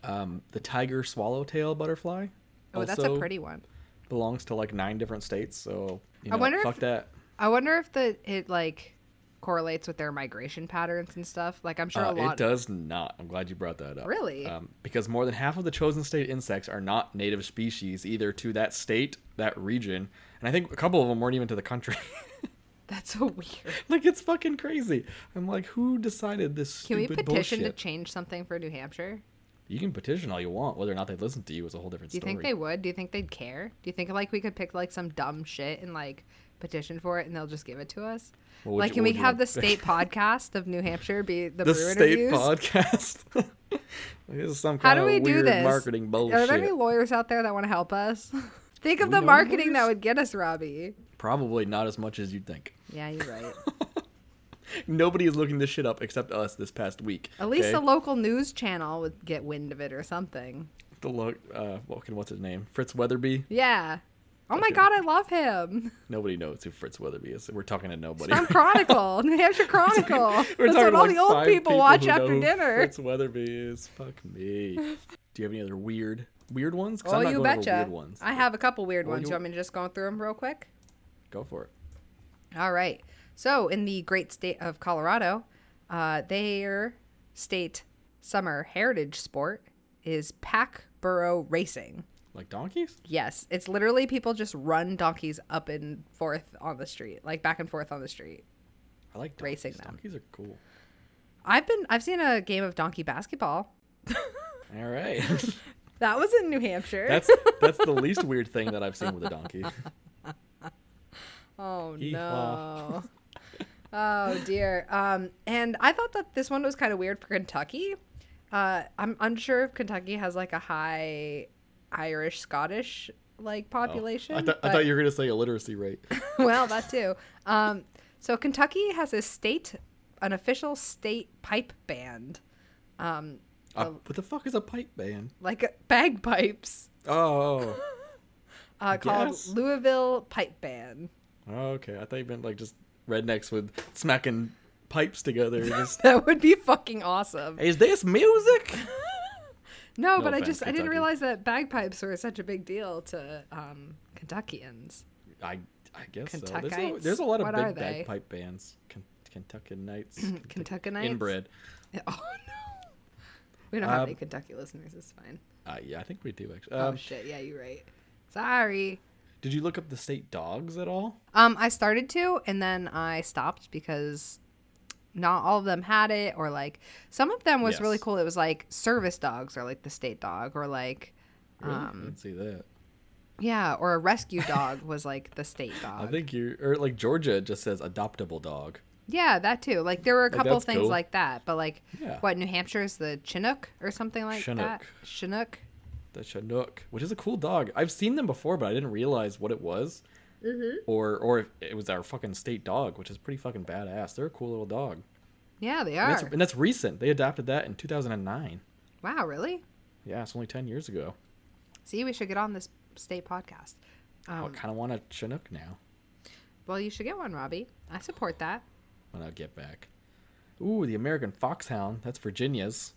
Um, the tiger swallowtail butterfly.
Oh, that's a
also
pretty one.
Belongs to like nine different states, so you
I
know,
wonder
fuck
if-
that.
I wonder if the it like correlates with their migration patterns and stuff. Like I'm sure
Uh,
a lot.
it does not. I'm glad you brought that up.
Really?
Um, because more than half of the chosen state insects are not native species either to that state, that region, and I think a couple of them weren't even to the country.
That's so weird.
like it's fucking crazy. I'm like, who decided this?
Can we
stupid
petition
bullshit?
to change something for New Hampshire?
You can petition all you want. Whether or not they listen to you is a whole different
Do you
story.
think they would? Do you think they'd care? Do you think like we could pick like some dumb shit and like petition for it and they'll just give it to us?
What would
like,
you-
can
what
we
would you
have the
want?
state podcast of New Hampshire be the,
the
brew
state
interviews?
podcast? Like, this is some
How
kind
do
of
we
Oh, weird
do this?
marketing bullshit.
Are there any lawyers out there that want to help us? Think of
We
the
know
marketing that
lawyers.
would get us, Robbie.
Probably not as much as you'd think.
Yeah, you're right.
Nobody is looking this shit up except us this past week.
At least
okay?
the local news channel would get wind of it or something.
the lo- uh, what can what's his name? Fritz Weatherby.
Yeah. Oh my
Okay.
god, I love him.
Nobody knows who Fritz Weatherby is. We're talking to nobody.
From Chronicle, New Hampshire Chronicle. That's what
to,
all
like,
the old
five
people, watch
who know
after
who
dinner.
Fritz Weatherby is fuck me. Do you have any other weird weird ones? 'Cause
Oh,
I'm not
you
going over
betcha.
Weird ones.
I have a couple weird
Well,
ones. You
you-
want me to just go through them real quick?
Go for it.
All right. So, in the great state of Colorado, uh, their state summer heritage sport is pack burro racing.
Like donkeys?
Yes, it's literally people just run donkeys up and forth on the street, like back and forth on the street.
I like donkeys.
Racing them.
Donkeys are cool.
I've been I've seen a game of donkey basketball.
All right.
That was in New Hampshire.
that's that's the least weird thing that I've seen with a donkey.
Oh
Yeehaw.
no. oh dear. Um, and I thought that this one was kind of weird for Kentucky. Uh, I'm unsure if Kentucky has like a high Irish Scottish like
Oh.
population.
I, th- I
but-
thought you were gonna say illiteracy rate. Uh,
well, that too. Um, so Kentucky has a state, an official state pipe band, um,
Uh, what the fuck is a pipe band?
like uh, bagpipes,
Oh,
uh, called
Yes.
Louisville Pipe Band.
okay. I thought you meant like just rednecks with smacking pipes together. Just,
That would be fucking awesome.
is this music?
No,
No
but I
offense,
just I didn't
Kentucky.
realize that bagpipes were such a big deal to um, Kentuckians.
I I guess so. There's a,
Kentuckites?
there's a lot of
What are
big
they? Mm-hmm.
bagpipe bands. Ken- Kentucky Knights.
Kentuckanites.
Inbred.
Oh no. We don't have
Um,
any Kentucky listeners. It's fine.
Uh, yeah, I think we do actually.
oh
Um,
shit. Yeah, you're right. Sorry.
did you look up the state dogs at all?
Um, I started to, and then I stopped because not all of them had it, or like some of them was really
Yes.
cool. It was like service dogs, or like the state dog, or like
Really? I
um,
didn't see that.
yeah, or a rescue dog was like the state dog.
I think you or like Georgia just says adoptable dog.
yeah, that too. Like there were a
Like,
couple
that's
things
cool.
like that, but like
Yeah.
what New Hampshire is the Chinook or something like that.
Chinook.
Chinook.
The Chinook, which is a cool dog. I've seen them before, but I didn't realize what it was. Mm-hmm. Or or if it was our fucking state dog, which is pretty fucking badass. They're a cool little dog.
Yeah, they
And
are.
that's, and that's recent. They adopted that in 2009.
wow, really?
Yeah, it's only 10 years ago.
See, we should get on this state podcast.
I
Um,
kind of want a Chinook now.
well, you should get one, Robbie. I support that.
when I get back. Ooh, the American Foxhound. That's Virginia's.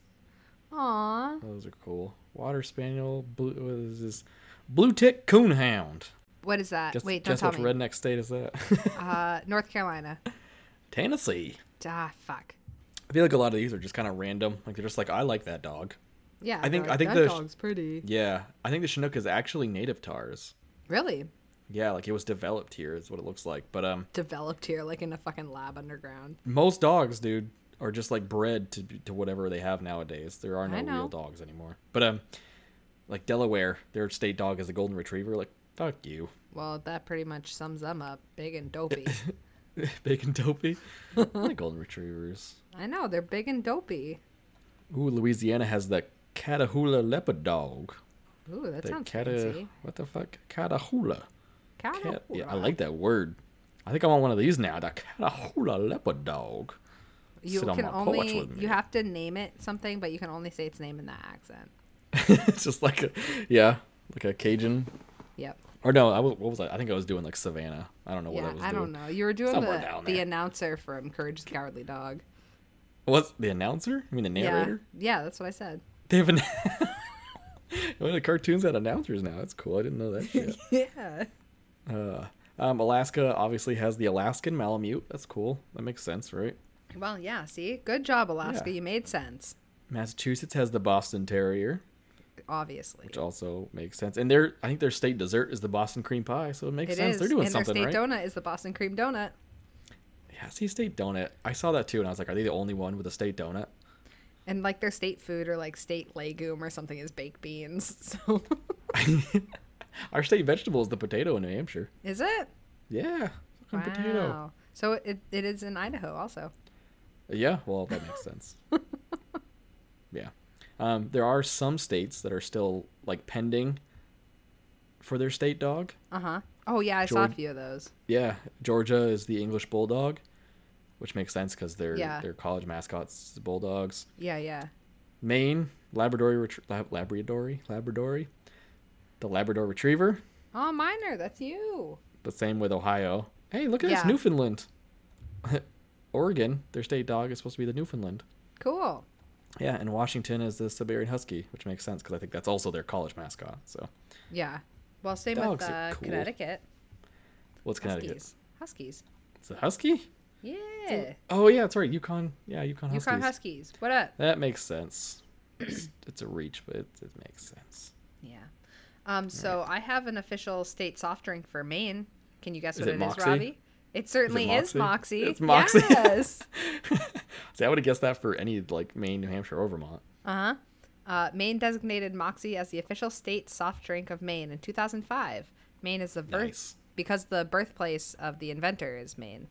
Aw.
Those are cool. Water Spaniel. Blue, what is this? Blue Tick Coonhound.
What is that?
Just,
Wait, don't
guess
tell
which
me.
redneck state is that?
Uh, North Carolina.
Tennessee.
Ah, fuck.
I feel like a lot of these are just kind of random. Like they're just like, I like that dog.
Yeah.
I think-
they're
I think
that
the-
dog's pretty.
Yeah, I think the Chinook is actually native to ours.
Really
Yeah, like it was developed here is what it looks like. But um,
developed here, like in a fucking lab underground.
most dogs, dude, or just like bred to to whatever they have nowadays. There are no
I know.
real dogs anymore. But um, like Delaware, their state dog is a golden retriever. Like fuck you,
Well, that pretty much sums them up. Big and dopey.
bacon dopey. the golden retrievers.
I know they're big and dopey.
Ooh, Louisiana has the Catahoula leopard dog.
Ooh, that
The
sounds
Cata
fancy.
what the fuck Catahoula.
Cata-
Cat- yeah, I like that word. I think I want one of these now. The Catahoula leopard dog.
You
Sit on
can
my porch
only
with me.
you have to name it something, but you can only say its name in that accent.
it's just like a yeah, like a Cajun.
Yep.
Or no, I was, what was I? I think I was doing like Savannah. I don't know what I
yeah,
was
I,
doing.
don't know. You were doing
Somewhere
the,
down
the
there.
announcer from Courage the Cowardly Dog.
What's the announcer? I mean the narrator.
Yeah. Yeah, that's what I said.
They have an. One of the cartoons had announcers now. That's cool. I didn't know that shit.
Yeah.
uh, um, Alaska obviously has the Alaskan Malamute. That's cool. That makes sense, right?
Well, yeah, see? Good job, Alaska.
Yeah.
You made sense.
Massachusetts has the Boston Terrier,
Obviously.
which also makes sense. And their I think their state dessert is the Boston cream pie, so it makes
It
sense.
is.
They're doing
and
something
their
right.
state donut is the Boston cream donut.
yeah, see state donut. I saw that too, and I was like, are they the only one with a state donut?
And like their state food or like state legume or something is baked beans. So
Our state vegetable is the potato in New Hampshire.
is it?
Yeah, fucking potato.
So it, it is in Idaho also.
Yeah, well that makes sense. yeah, um, there are some states that are still like pending for their state dog.
Uh huh. Oh yeah, I saw a
Georg-
few of those.
Yeah, Georgia is the English bulldog, which makes sense because their
Yeah.
their college mascots is bulldogs.
Yeah, yeah.
Maine Labrador Retrie- Lab- Labrador Labrador, the Labrador Retriever.
Oh, minor, that's you.
The same with Ohio. Hey, look at this
Yeah.
Newfoundland. Oregon, their state dog is supposed to be the Newfoundland.
Cool.
Yeah, and Washington is the Siberian Husky, which makes sense because I think that's also their college mascot. So,
Yeah. Well, same
Dogs
with
are
uh,
cool.
Connecticut.
what's Connecticut?
Huskies. Huskies.
It's the Husky.
Yeah.
Oh yeah, that's right. Yukon. Yeah, Yukon Huskies.
Yukon Huskies. What up?
That makes sense. It's, it's a reach, but it, it makes sense.
Yeah. Um, so I have an official state soft drink for Maine. Can you guess
Is
what
it
it is,
Moxie?
Robbie? It certainly is
Moxie?
Moxie.
It's Moxie.
Yes.
See, I would have guessed that for any like Maine, New Hampshire, or Vermont.
Uh-huh. Uh, Maine designated Moxie as the official state soft drink of Maine in 2005. Maine is the birth
Nice.
because the birthplace of the inventor is Maine.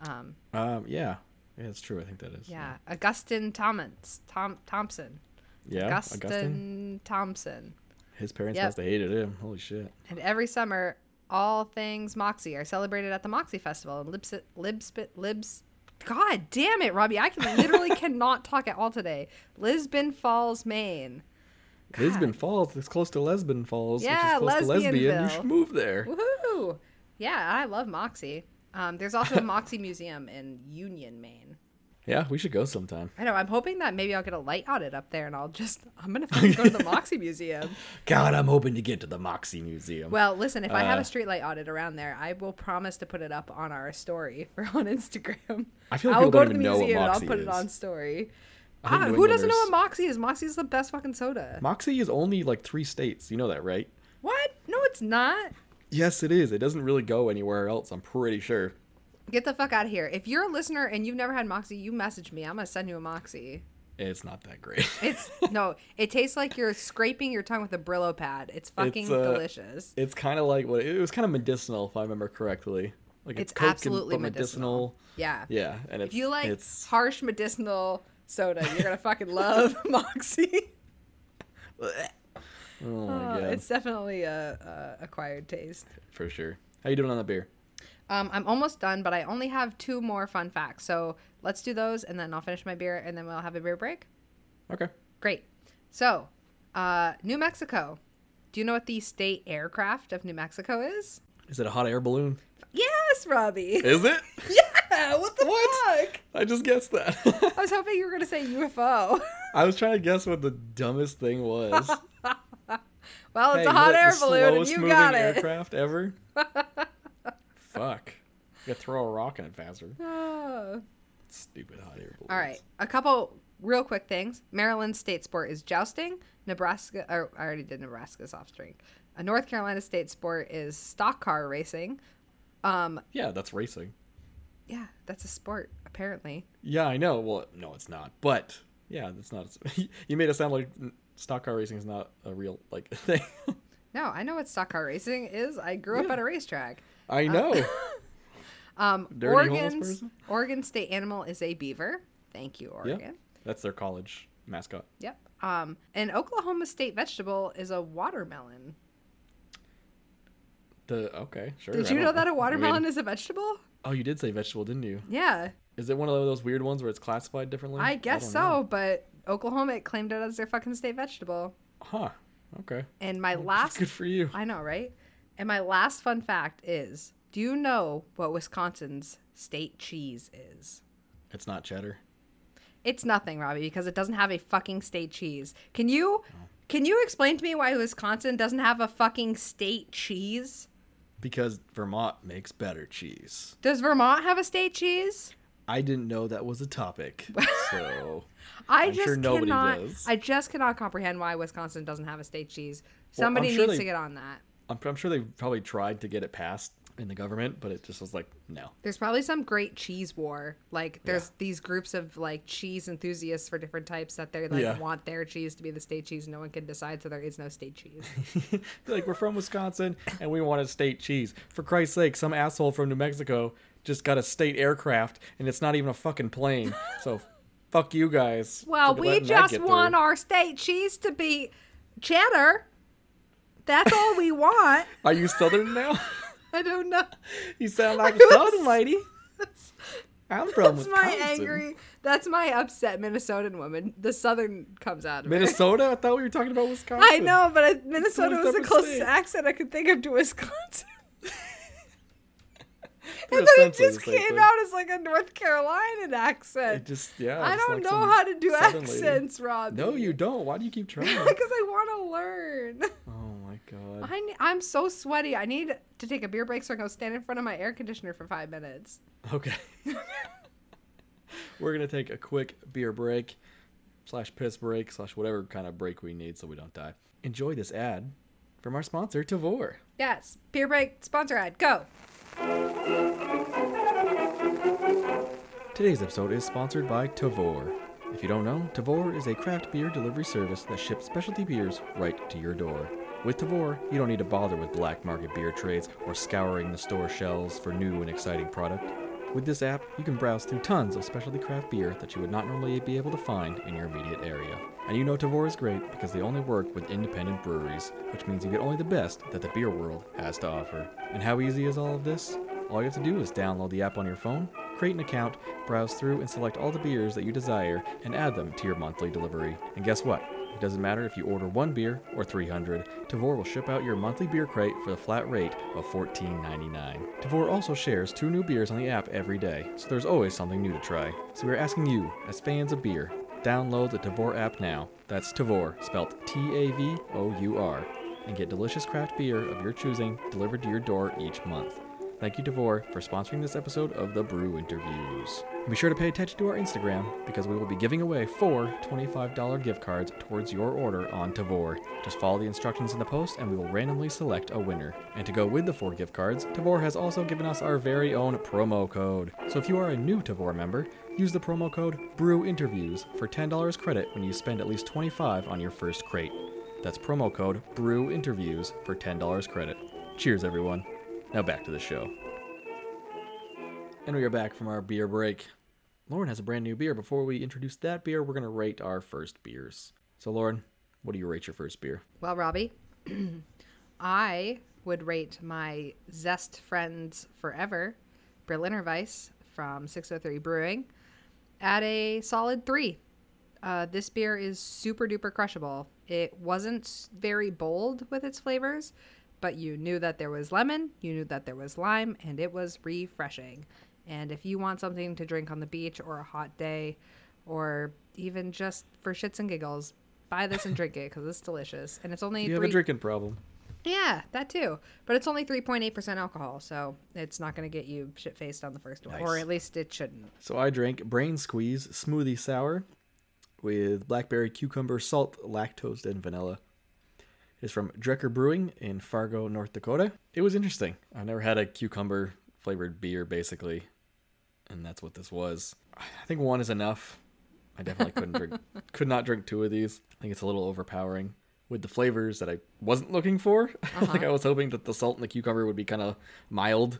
Um,
Um, yeah, yeah, it's true. I think that is.
yeah, Augustine Thomas Tom Thompson.
Yeah,
Augustine,
Oh, Augustin.
Thompson.
His parents
Yep.
must have hated him. Holy shit.
And every summer, all things Moxie are celebrated at the Moxie Festival in Libs Libs Libs. God damn it, Robbie! I can literally cannot talk at all today. Lisbon Falls, Maine.
Lisbon Falls. It's close to Lesbian Falls,
Yeah,
which is close to lesbian. You
Lesbianville.
should move there.
Woohoo! Yeah, I love Moxie. Um, there's also a Moxie Museum in Union, Maine.
Yeah, we should go sometime.
I know. I'm hoping that maybe I'll get a light audit up there, and I'll just I'm gonna fucking go to the Moxie Museum.
God, I'm hoping to get to the Moxie Museum.
Well, listen, if I have
Uh,
a streetlight audit around there, I will promise to put it up on our story for on Instagram.
I feel like
I will
people
go
don't
to the
even know what
museum and I'll
Moxie
put
is.
it on story.
I think
Ah,
New
who doesn't know
Englanders-
what Moxie is? Moxie is the best fucking soda.
Moxie is only like three states. You know that, right?
What? No, it's not.
Yes, it is. It doesn't really go anywhere else. I'm pretty sure.
Get the fuck out of here. If you're a listener and you've never had Moxie, you message me. I'm gonna send you a Moxie.
It's not that great.
It's no, it tastes like you're scraping your tongue with a Brillo pad. It's fucking
uh,
delicious.
It's kind of like what it was kind of medicinal, if I remember correctly. Like
It's
Coke and-
absolutely
but
medicinal. Yeah.
Yeah, and it's
If you like
it's
harsh medicinal soda, you're gonna fucking love Moxie.
oh my
Oh,
god,
it's definitely a, a acquired taste.
for sure. How you doing on the beer?
Um, I'm almost done, but I only have two more fun facts. So let's do those, and then I'll finish my beer, and then we'll have a beer break.
Okay.
Great. So, uh, New Mexico. Do you know what the state aircraft of New Mexico is?
Is it a hot air balloon?
Yes, Robbie.
Is it?
Yeah, what the fuck?
I just guessed that.
I was hoping you were gonna say UFO.
I was trying to guess what the dumbest thing was. Hey,
well, it's a
you know
hot
what the
air balloon, and
slowest
you
moving
got it.
aircraft ever. Fuck. You gotta throw a rock at it faster.
Oh.
Stupid hot air balloon.
All right, a couple real quick things. Maryland's state sport is jousting. Nebraska, or I already did Nebraska soft drink. A North Carolina state sport is stock car racing. Um,
Yeah, that's racing.
Yeah, that's a sport apparently.
Yeah, I know. Well, no, it's not. But yeah, it's not. you made it sound like stock car racing is not a real like thing.
No, I know what stock car racing is. I grew up at a racetrack.
I know.
Um,
Dirty homeless
Oregon's
person?
Oregon state animal is a beaver. Thank you,
yeah,
Oregon.
that's their college mascot.
Yep. Um, an Oklahoma state vegetable is a watermelon.
The okay, sure.
Did
I
you
don't
know that
I
a
mean-
watermelon is a vegetable?
oh, you did say vegetable, didn't you?
Yeah,
Is it one of those weird ones where it's classified differently?
I guess
don't
so.
know.
But Oklahoma it claimed it as their fucking state vegetable.
Huh. Okay.
And my last,
Good for you.
I know, right? And my last fun fact is: Do you know what Wisconsin's state cheese is?
It's not cheddar.
It's nothing, Robbie, because it doesn't have a fucking state cheese. Can you can you explain to me why Wisconsin doesn't have a fucking state cheese?
Because Vermont makes better cheese.
Does Vermont have a state cheese?
I didn't know that was a topic. So
I
I'm
just
sure nobody
cannot
does.
I just cannot comprehend why Wisconsin doesn't have a state cheese. Somebody
sure
needs
they-
to get on that.
I'm, I'm sure they probably tried to get it passed in the government, but it just was like, no.
There's probably some great cheese war. Like there's these groups of like cheese enthusiasts for different types that they like
Yeah.
want their cheese to be the state cheese. No one can decide, so there is no state cheese.
They're like, we're from Wisconsin and we want a state cheese. For Christ's sake, some asshole from New Mexico just got a state aircraft and it's not even a fucking plane. So fuck you guys.
Well,
for
we
letting that
just
get
want
through.
our state cheese to be cheddar. That's all we want.
Are you Southern now?
I don't know.
you sound like a
was-
Southern lady. I'm from
That's my
Wisconsin.
angry. That's my upset Minnesotan woman. The Southern comes out of her.
Minnesota? I thought we were talking about Wisconsin.
I know, but I, Minnesota was the
different
closest
state.
accent I could think of to Wisconsin.
They're
and then it
essentially
just
the same
came
thing.
out as like a North Carolina accent.
It just yeah.
I
it's
don't
like
know
some
how to do
Southern lady.
accents, Rob.
No, you don't. Why do you keep trying?
Because I want to learn.
oh my god.
I ne- I'm so sweaty. I need to take a beer break so I can go stand in front of my air conditioner for five minutes.
Okay. We're gonna take a quick beer break, slash piss break, slash whatever kind of break we need so we don't die. Enjoy this ad from our sponsor, Tavor.
Yes, beer break sponsor ad. Go.
Today's episode is sponsored by Tavor. If you don't know, Tavor is a craft beer delivery service that ships specialty beers right to your door. With Tavor, you don't need to bother with black market beer trades or scouring the store shelves for new and exciting product. With this app, you can browse through tons of specialty craft beer that you would not normally be able to find in your immediate area. And you know Tavor is great because they only work with independent breweries, which means you get only the best that the beer world has to offer. And how easy is all of this? All you have to do is download the app on your phone, create an account, browse through and select all the beers that you desire, and add them to your monthly delivery. And guess what? It doesn't matter if you order one beer or 300, Tavor will ship out your monthly beer crate for the flat rate of $14.99. Tavor also shares two new beers on the app every day, so there's always something new to try. So we're asking you, as fans of beer, download the Tavor app now. That's Tavor, spelled T A V O U R and get delicious craft beer of your choosing delivered to your door each month. Thank you, Devore, for sponsoring this episode of the Brew Interviews. And be sure to pay attention to our Instagram because we will be giving away four $25 gift cards towards your order on Tavor. Just follow the instructions in the post and we will randomly select a winner. And to go with the four gift cards, Tavor has also given us our very own promo code. So if you are a new Tavor member, use the promo code BREWINTERVIEWS for $10 credit when you spend at least 25 on your first crate. That's promo code BREW INTERVIEWS for $10 credit. Cheers, everyone. Now back to the show. And we are back from our beer break. Lauren has a brand new beer. Before we introduce that beer, we're going to rate our first beers. So, Lauren, what do you rate your first beer?
Well, Robbie, I would rate my Zest Friends Forever Berliner Weiss from 603 Brewing at a solid three. Uh, this beer is super duper crushable. It wasn't s- very bold with its flavors, but you knew that there was lemon, you knew that there was lime, and it was refreshing. And if you want something to drink on the beach or a hot day, or even just for shits and giggles, buy this and drink it because it's delicious. And it's only
You have
three.
a drinking problem.
Yeah, that too. But it's only 3.8% alcohol, so it's not going to get you shit faced on the first one. Or
Nice.
at least it shouldn't.
So, I drank Brain Squeeze Smoothie Sour with blackberry, cucumber, salt, lactose, and vanilla. It's from Drecker Brewing in Fargo, North Dakota. It was interesting. I've never had a cucumber flavored beer, basically. and that's what this was. I think one is enough. I definitely couldn't drink, could not drink two of these. I think it's a little overpowering with the flavors that I wasn't looking for. like I was hoping that the salt and the cucumber would be kind of mild,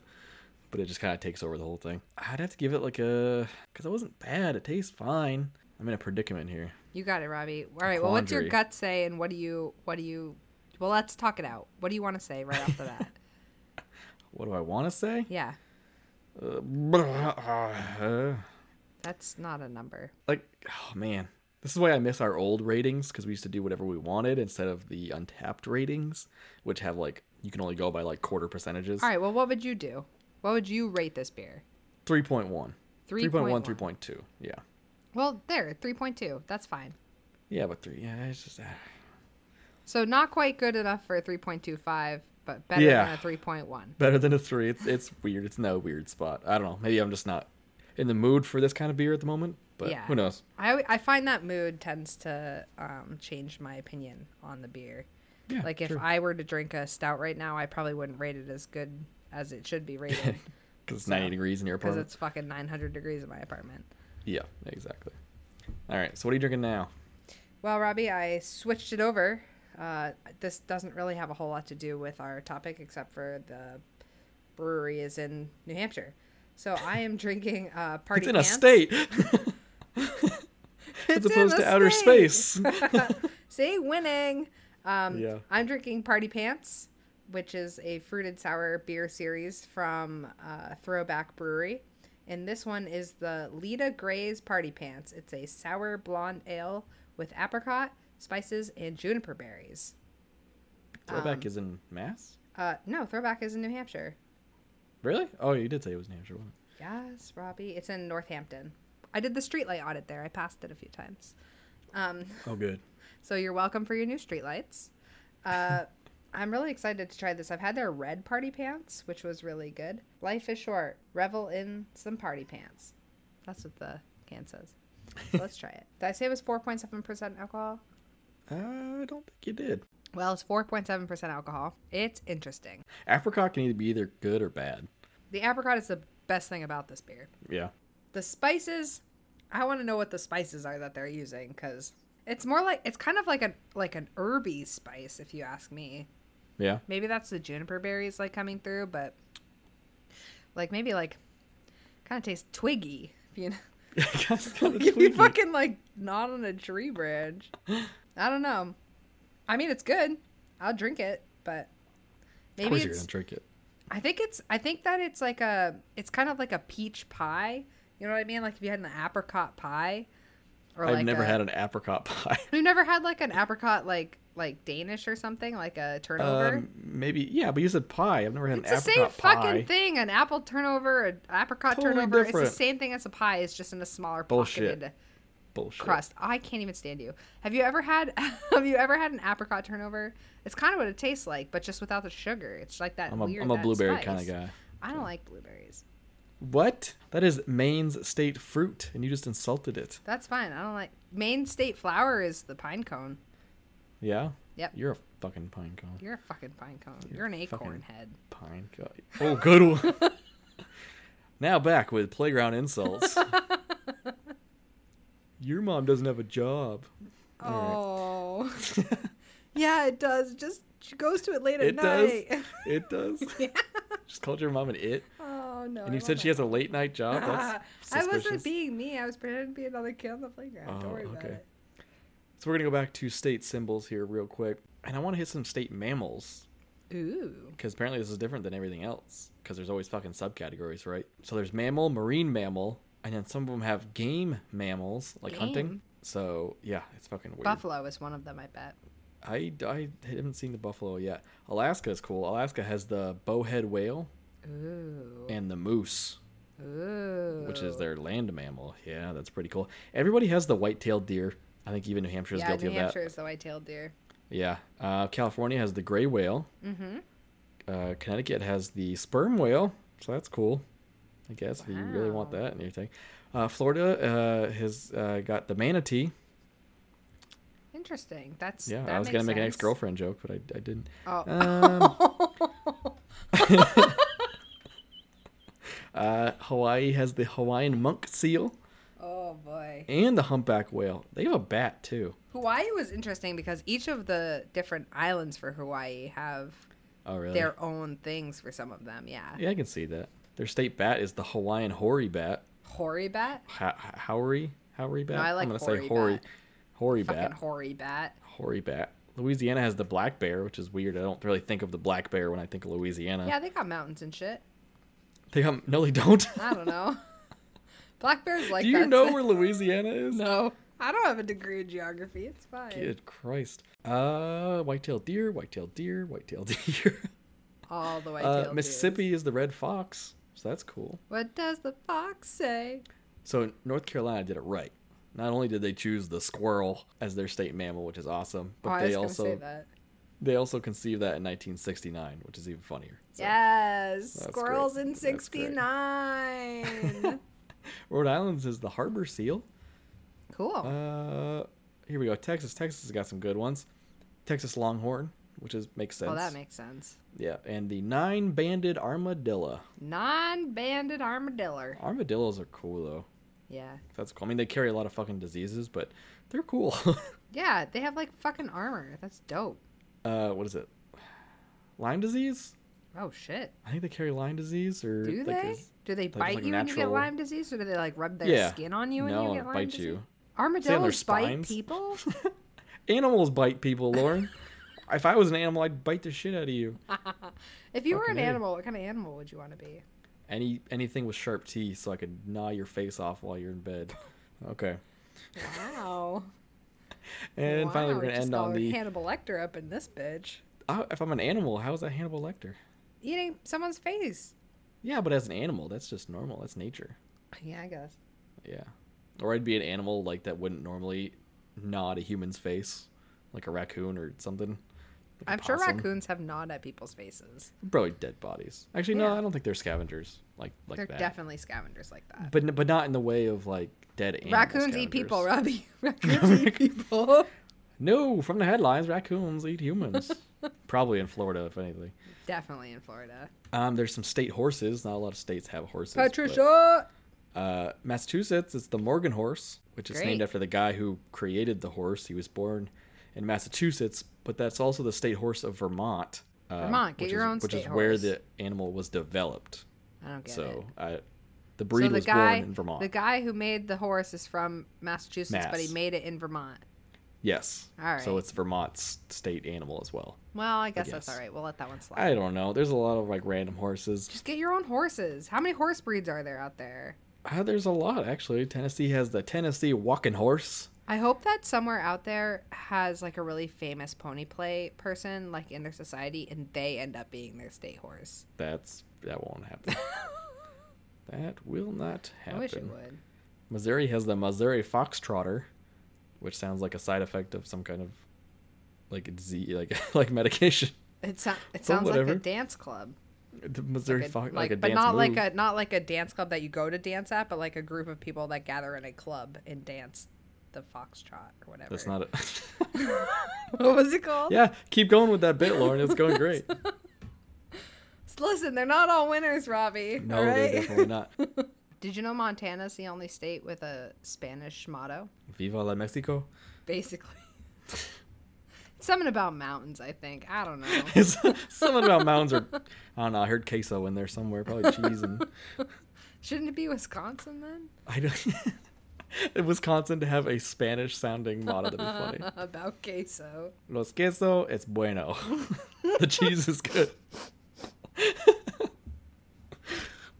but it just kind of takes over the whole thing. I'd have to give it like a because it wasn't bad. It tastes fine. I'm in a predicament here.
You got it, Robbie. All right. Well, what's your
quandary.
gut say, and what do you what do you? Well, let's talk it out. What do you want to say right off the bat?
What do I want to say?
Yeah,
Uh,
that's not a number.
like oh man this is why i miss our old ratings because we used to do whatever we wanted instead of the untapped ratings which have like you can only go by like quarter percentages
All right. Well, what would you do? What would you rate this beer?
3.1 3.1
3.1.
3.2 yeah
Well, there, three point two. That's fine.
yeah but 3 yeah it's just uh,
So not quite good enough for a three point two five, but better
Yeah.
than a three point one.
better than a 3 it's it's weird it's no weird spot i don't know maybe i'm just not in the mood for this kind of beer at the moment but
Yeah.
who knows
I al- I find that mood tends to um, change my opinion on the beer.
yeah
like if
sure.
I were to drink a stout right now, I probably wouldn't rate it as good as it should be rated
'Cause it's 90 degrees in your
because
apartment
it's fucking 900 degrees in my apartment.
yeah exactly all right so what are you drinking now
Well, Robbie, I switched it over. Uh, this doesn't really have a whole lot to do with our topic except for the brewery is in New Hampshire. So I am drinking uh, Party
it's in
Pants.
a state as
in
opposed
a
to outer
state.
space
See, winning. Um,
Yeah.
I'm drinking Party Pants, which is a fruited sour beer series from uh, Throwback Brewery. And this one is the Lita Gray's Party Pants. It's a sour blonde ale with apricot, spices, and juniper berries. Um,
Throwback is in Mass?
Uh, no, Throwback is in New Hampshire.
Really? Oh, you did say it was New Hampshire. wasn't it?
Yes, Robbie. It's in Northampton. I did the streetlight audit there. I passed it a few times.
Oh, good.
So you're welcome for your new streetlights. Uh, I'm really excited to try this. I've had their red party pants, which was really good. Life is short. Revel in some party pants. That's what the can says. So let's try it. Did I say it was 4.7% alcohol?
Uh, I don't think you did.
Well, it's 4.7% alcohol. It's interesting.
Apricot can either be either good or bad.
The apricot is the best thing about this beer.
Yeah.
the spices i want to know what the spices are that they're using because it's more like it's kind of like an like an herby spice if you ask me
Yeah.
maybe that's the juniper berries like coming through but like maybe like kind of tastes twiggy if you know if you fucking like not on a tree branch i don't know i mean it's good i'll drink it but
of
maybe
course
it's
you're gonna drink it.
I think it's I think that it's like a it's kind of like a peach pie. You know what I mean? Like if you had an apricot pie or
I've
like
never
a,
had an apricot pie.
You've never had like an apricot like like Danish or something, like a turnover?
Um, maybe. Yeah, but you said pie. I've never had
it's
an
the same
apricot pie.
fucking thing. An apple turnover, an apricot
Totally
turnover. It's
different.
the same thing as a pie. It's just in a smaller
Bullshit.
pocketed
Bullshit.
crust. I can't even stand you. Have you ever had Have you ever had an apricot turnover? It's kind of what it tastes like, but just without the sugar. It's like that
I'm a,
weird.
I'm a
that
blueberry
spice.
kind of guy.
I don't like blueberries.
What? That is Maine's state fruit, and you just insulted it.
That's fine. I don't like Maine state flower is the pine cone.
Yeah.
Yep.
You're a fucking pine cone.
You're a fucking pine cone. You're an
fucking-
acorn head.
Pine cone. Oh, good one. now back with playground insults. Your mom doesn't have a job.
Oh. yeah, it does. Just she goes to it late at
It
night.
does. It does. Just called your mom an it,
Oh no.
and you said she has a late night job. Oh, That's
I
suspicious.
wasn't being me. I was pretending to be another kid on the playground. Don't
Oh,
worry about
okay.
it.
So we're gonna go back to state symbols here real quick, and I want to hit some state mammals
Ooh.
because apparently this is different than everything else because there's always fucking subcategories, right? So there's mammal, marine mammal, and then some of them have game mammals like hunting.
Game.
So yeah, it's fucking weird.
Buffalo is one of them, I bet.
I, I haven't seen the buffalo yet. Alaska is cool. Alaska has the bowhead whale
Ooh.
and the moose,
Ooh.
which is their land mammal. Yeah, that's pretty cool. Everybody has the white-tailed deer. I think even New Hampshire is
yeah,
guilty
New
of
Hampshire
that.
is the white-tailed deer.
Yeah. Uh, California has the gray whale. Mm-hmm. Uh, Connecticut has the sperm whale, so that's cool. I guess if you really want
Wow.
that in your thing. Uh, Florida uh, has uh, got the manatee.
Interesting. That's
Yeah,
that
I was
makes
gonna make an
sense.
ex-girlfriend joke, but I, I didn't.
Oh.
Um, Uh, Hawaii has the Hawaiian monk seal
Oh boy.
and the humpback whale. They have a bat too.
Hawaii was interesting because each of the different islands for Hawaii have
Oh really?
their own things for some of them. Yeah.
Yeah, I can see that. Their state bat is the Hawaiian hoary bat.
Hori bat?
Ha- ha- Howery? Howery bat?
I
am
like
going to
hoary
say hoary.
bat.
Hoary
Fucking
bat.
hori bat.
hoary bat. Louisiana has the black bear, which is weird. I don't really think of the black bear when I think of Louisiana.
Yeah, they got mountains and shit.
They um, no, they don't.
I don't know. Black bears like
Do you
that.
know
stuff.
where Louisiana is?
No. I don't have a degree in geography. It's fine.
Good Christ. Uh, white-tailed deer, white-tailed deer, white-tailed deer.
All the way
Uh,
to
Mississippi is the red fox, so that's cool.
What does the fox say?
So North Carolina did it right. Not only did they choose the squirrel as their state mammal, which is awesome, but
oh, I was
they
gonna say
also
that.
they also conceived that in 1969, which is even funnier. So,
yes,
great.
squirrels in
That's great.
'69.
Rhode Island's is the harbor seal.
cool.
Uh, here we go. Texas. Texas has got some good ones. Texas Longhorn, which is makes sense.
well, Oh, that makes sense.
yeah, and the nine-banded armadillo.
Non-banded armadillo.
Armadillos are cool though.
Yeah.
That's cool. I mean, they carry a lot of fucking diseases, but they're cool.
Yeah, they have like fucking armor. That's dope.
uh, what is it? Lyme disease?
Oh shit.
I think they carry Lyme disease or
Do
like
they?
is-
do they
there's,
bite
like,
you when you get
natural-
Lyme disease, or do they like rub their
Yeah.
skin on you when
no,
you
it
get Lyme
bite
disease?
you.
Armadillos bite
spines.
people.
Animals bite people, Lauren. if I was an animal, I'd bite the shit out of you.
if you were an
Fucking A.
animal, what kind of animal would you want to be?
Any anything with sharp teeth, so I could gnaw your face off while you're in bed. Okay.
Wow.
And finally, we're
Wow,
gonna
just
end
go
on the.
Hannibal Lecter up in this bitch
I- if I'm an animal, how is that Hannibal Lecter?
eating someone's face.
Yeah, but as an animal, that's just normal. That's nature.
Yeah, I guess.
Yeah. Or I'd be an animal like that wouldn't normally gnaw at a human's face, like a raccoon or something. like a
I'm sure
possum.
raccoons have gnawed at people's faces.
Probably dead bodies. Actually,
Yeah.
no, I don't think they're scavengers like like
They're
that.
definitely scavengers like that.
But n- but not in the way of like dead animals.
Raccoons eat people, Robbie. Raccoons eat people.
No, from the headlines, raccoons eat humans. Probably in Florida, if anything.
Definitely in Florida.
Um, there's some state horses. Not a lot of states have horses. but,
Patricia.
uh, Massachusetts, it's the Morgan horse, which is
Great.
named after the guy who created the horse. He was born in Massachusetts, but that's also the state horse of Vermont. Uh,
Vermont, get
which
your
is,
own
Which
state
is where
horse.
the animal was developed.
I don't get it.
so I, the
So
breed
the
was
guy,
born in Vermont.
the guy who made the horse is from Massachusetts, but he
Mass.
made it in Vermont.
Yes.
All
So
right.
it's Vermont's state animal as well.
Well, I guess that's
guess.
all right. We'll let that one slide.
I don't know. There's a lot of like random horses.
Just get your own horses. How many horse breeds are there out there?
Uh, there's a lot actually. Tennessee has the Tennessee walking horse.
I hope that somewhere out there has like a really famous pony play person like in their society and they end up being their state horse.
That's that won't happen. that will not happen.
I wish it would.
Missouri has the Missouri Foxtrotter, which sounds like a side effect of some kind of like disease, like like medication.
It, so- it sounds like a
whatever.
dance club.
The Missouri
Like a-
Fox, like,
like-
a
but
dance
not
move.
like a not like a dance club that you go to dance at, but like a group of people that gather in a club and dance the foxtrot or whatever.
That's not a.
what was it called?
yeah, keep going with that bit, Lauren. It's going great.
Listen, they're not all winners, Robbie.
No,
all right?
they're definitely not.
Did you know Montana's the only state with a Spanish motto?
Viva la Mexico.
Basically. Something about mountains, I think. I don't know.
Something about mountains are. I don't know. I heard queso in there somewhere. Probably cheese and.
Shouldn't it be Wisconsin then?
I don't. In Wisconsin to have a Spanish sounding motto that'd be funny.
about queso.
Los queso es bueno. the cheese is good. like,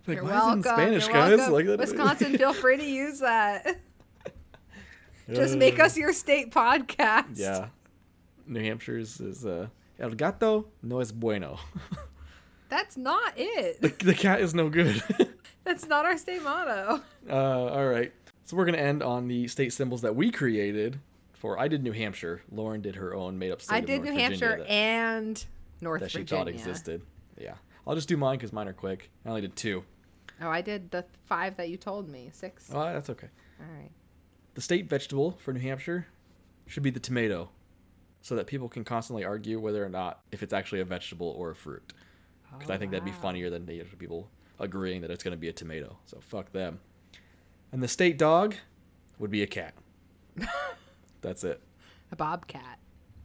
You're
why
welcome.
is it in Spanish,
You're
guys?
welcome.
Like that-
Wisconsin, feel free to use that. Just make us your state podcast.
Yeah. New Hampshire's is uh, El gato no es bueno.
That's not
the,
it.
the cat is no good.
That's not our state motto.
uh, all right. So we're going to end on the state symbols that we created for I did New Hampshire. Lauren did her own made up state.
I
of
did
North
New Hampshire
Virginia that-
and North
that she
Virginia.
thought existed. Yeah. I'll just do mine because mine are quick. I only did two.
Oh, I did the five that you told me. Six.
Oh, that's okay.
All right.
The state vegetable for New Hampshire should be the tomato so that people can constantly
Oh,
argue whether or not if it's actually a vegetable or a fruit. Because I think that'd be funnier than the other people. agreeing that it's going to be a tomato. So fuck them. And the state dog would be a cat. That's it.
A bobcat.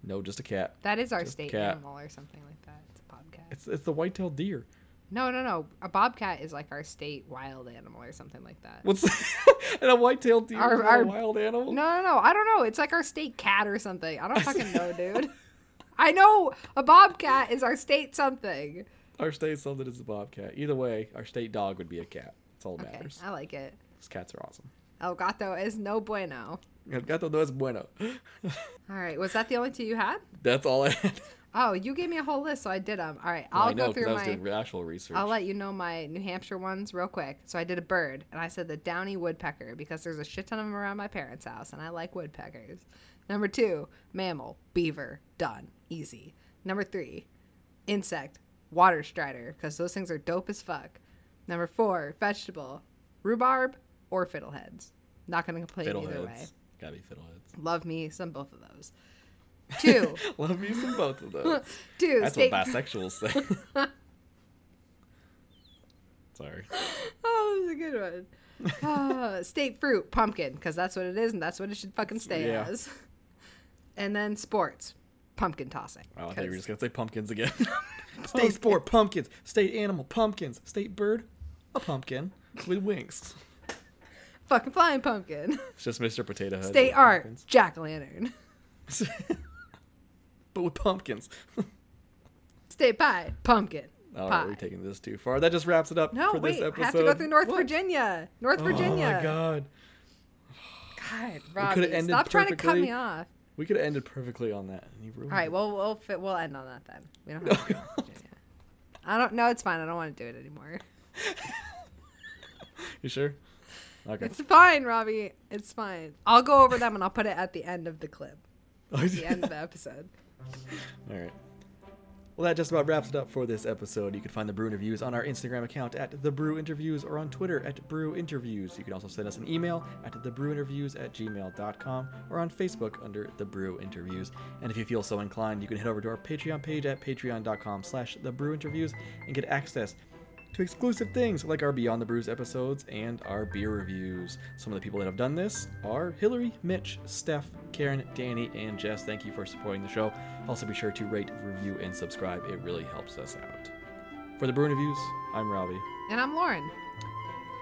No, just a cat.
That is our
Just
state
cat.
animal or something like that. It's a bobcat.
It's it's the white-tailed deer.
no, no, no. A bobcat is like our state wild animal or something like that.
What's and a white-tailed deer
Our-
is not
our-
a wild animal?
No, no, no. I don't know. It's like our state cat or something. I don't fucking know, dude. I know a bobcat is our state something.
Our state something is a bobcat. Either way, our state dog would be a cat. That's all that
Okay, Uh.
matters.
I like it.
These cats are awesome.
El gato es no bueno.
El gato no es bueno.
All right, was that the only two you had?
That's all I had.
Oh, you gave me a whole list, so I did them. All right, I'll
I know
go
because
through
I was
my.
doing actual research.
I'll let you know my New Hampshire ones real quick. So I did a bird, and I said the downy woodpecker because there's a shit ton of them around my parents' house, and I like woodpeckers. Number two, mammal, beaver, done, easy. Number three, insect, water strider because those things are dope as fuck. Number four, vegetable, rhubarb or fiddleheads. Not gonna complain either way.
fiddleheads. Gotta be fiddleheads.
Love me some both of those. Two,
Love me some both of those.
two,
That's
state.
what bisexuals say. Sorry.
Oh, that was a good one. Ah, state fruit, pumpkin, because that's what it is, and that's what it should fucking stay
Yeah.
as. And then sports, pumpkin tossing.
Oh, I thought you were
'cause
just gonna say pumpkins again. state sport, pumpkins. State animal, pumpkins. State bird, a pumpkin with wings.
Fucking flying pumpkin.
It's just Mr. Potato Head.
State
with
art, jack o' lantern.
pumpkins. but with pumpkins.
State pie, pumpkin.
All right,
pie.
we're Oh, taking this too far. That just wraps it up
no,
for this
wait,
episode.
I have to go through North
What?
Virginia. North Virginia.
Oh my god.
God,
could've
Robbie,
ended
stop trying to cut
perfectly.
me off.
We could have ended perfectly on that. And you ruined
All right,
it.
well, we'll fit, we'll end on that then. We don't have to do North Virginia. I don't. No, it's fine. I don't want to do it anymore.
You sure? Okay.
It's fine, Robbie. It's fine. I'll go over them and I'll put it at the end of the clip. the end of the episode.
All right. Well, that just about wraps it up for this episode. You can find the Brew Interviews on our Instagram account at The Brew Interviews or on Twitter at Brew Interviews. You can also send us an email at TheBrewInterviews at gmail.com or on Facebook under The Brew Interviews. And if you feel so inclined, you can head over to our Patreon page at patreon.com slash The Brew Interviews and get access to exclusive things like our Beyond the Brews episodes and our beer reviews. Some of the people that have done this are Hillary, Mitch, Steph, Karen, Danny, and Jess. Thank you for supporting the show. Also, be sure to rate, review, and subscribe. It really helps us out. For the Brew Reviews, I'm Robbie.
And I'm Lauren.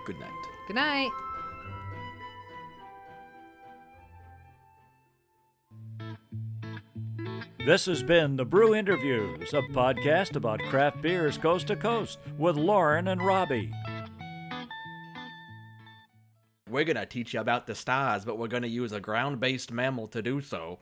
Good night.
Good night.
This has been The Brew Interviews, a podcast about craft beers coast to coast with Lauren and Robbie.
We're going to teach you about the stars, but we're going to use a ground based mammal to do so.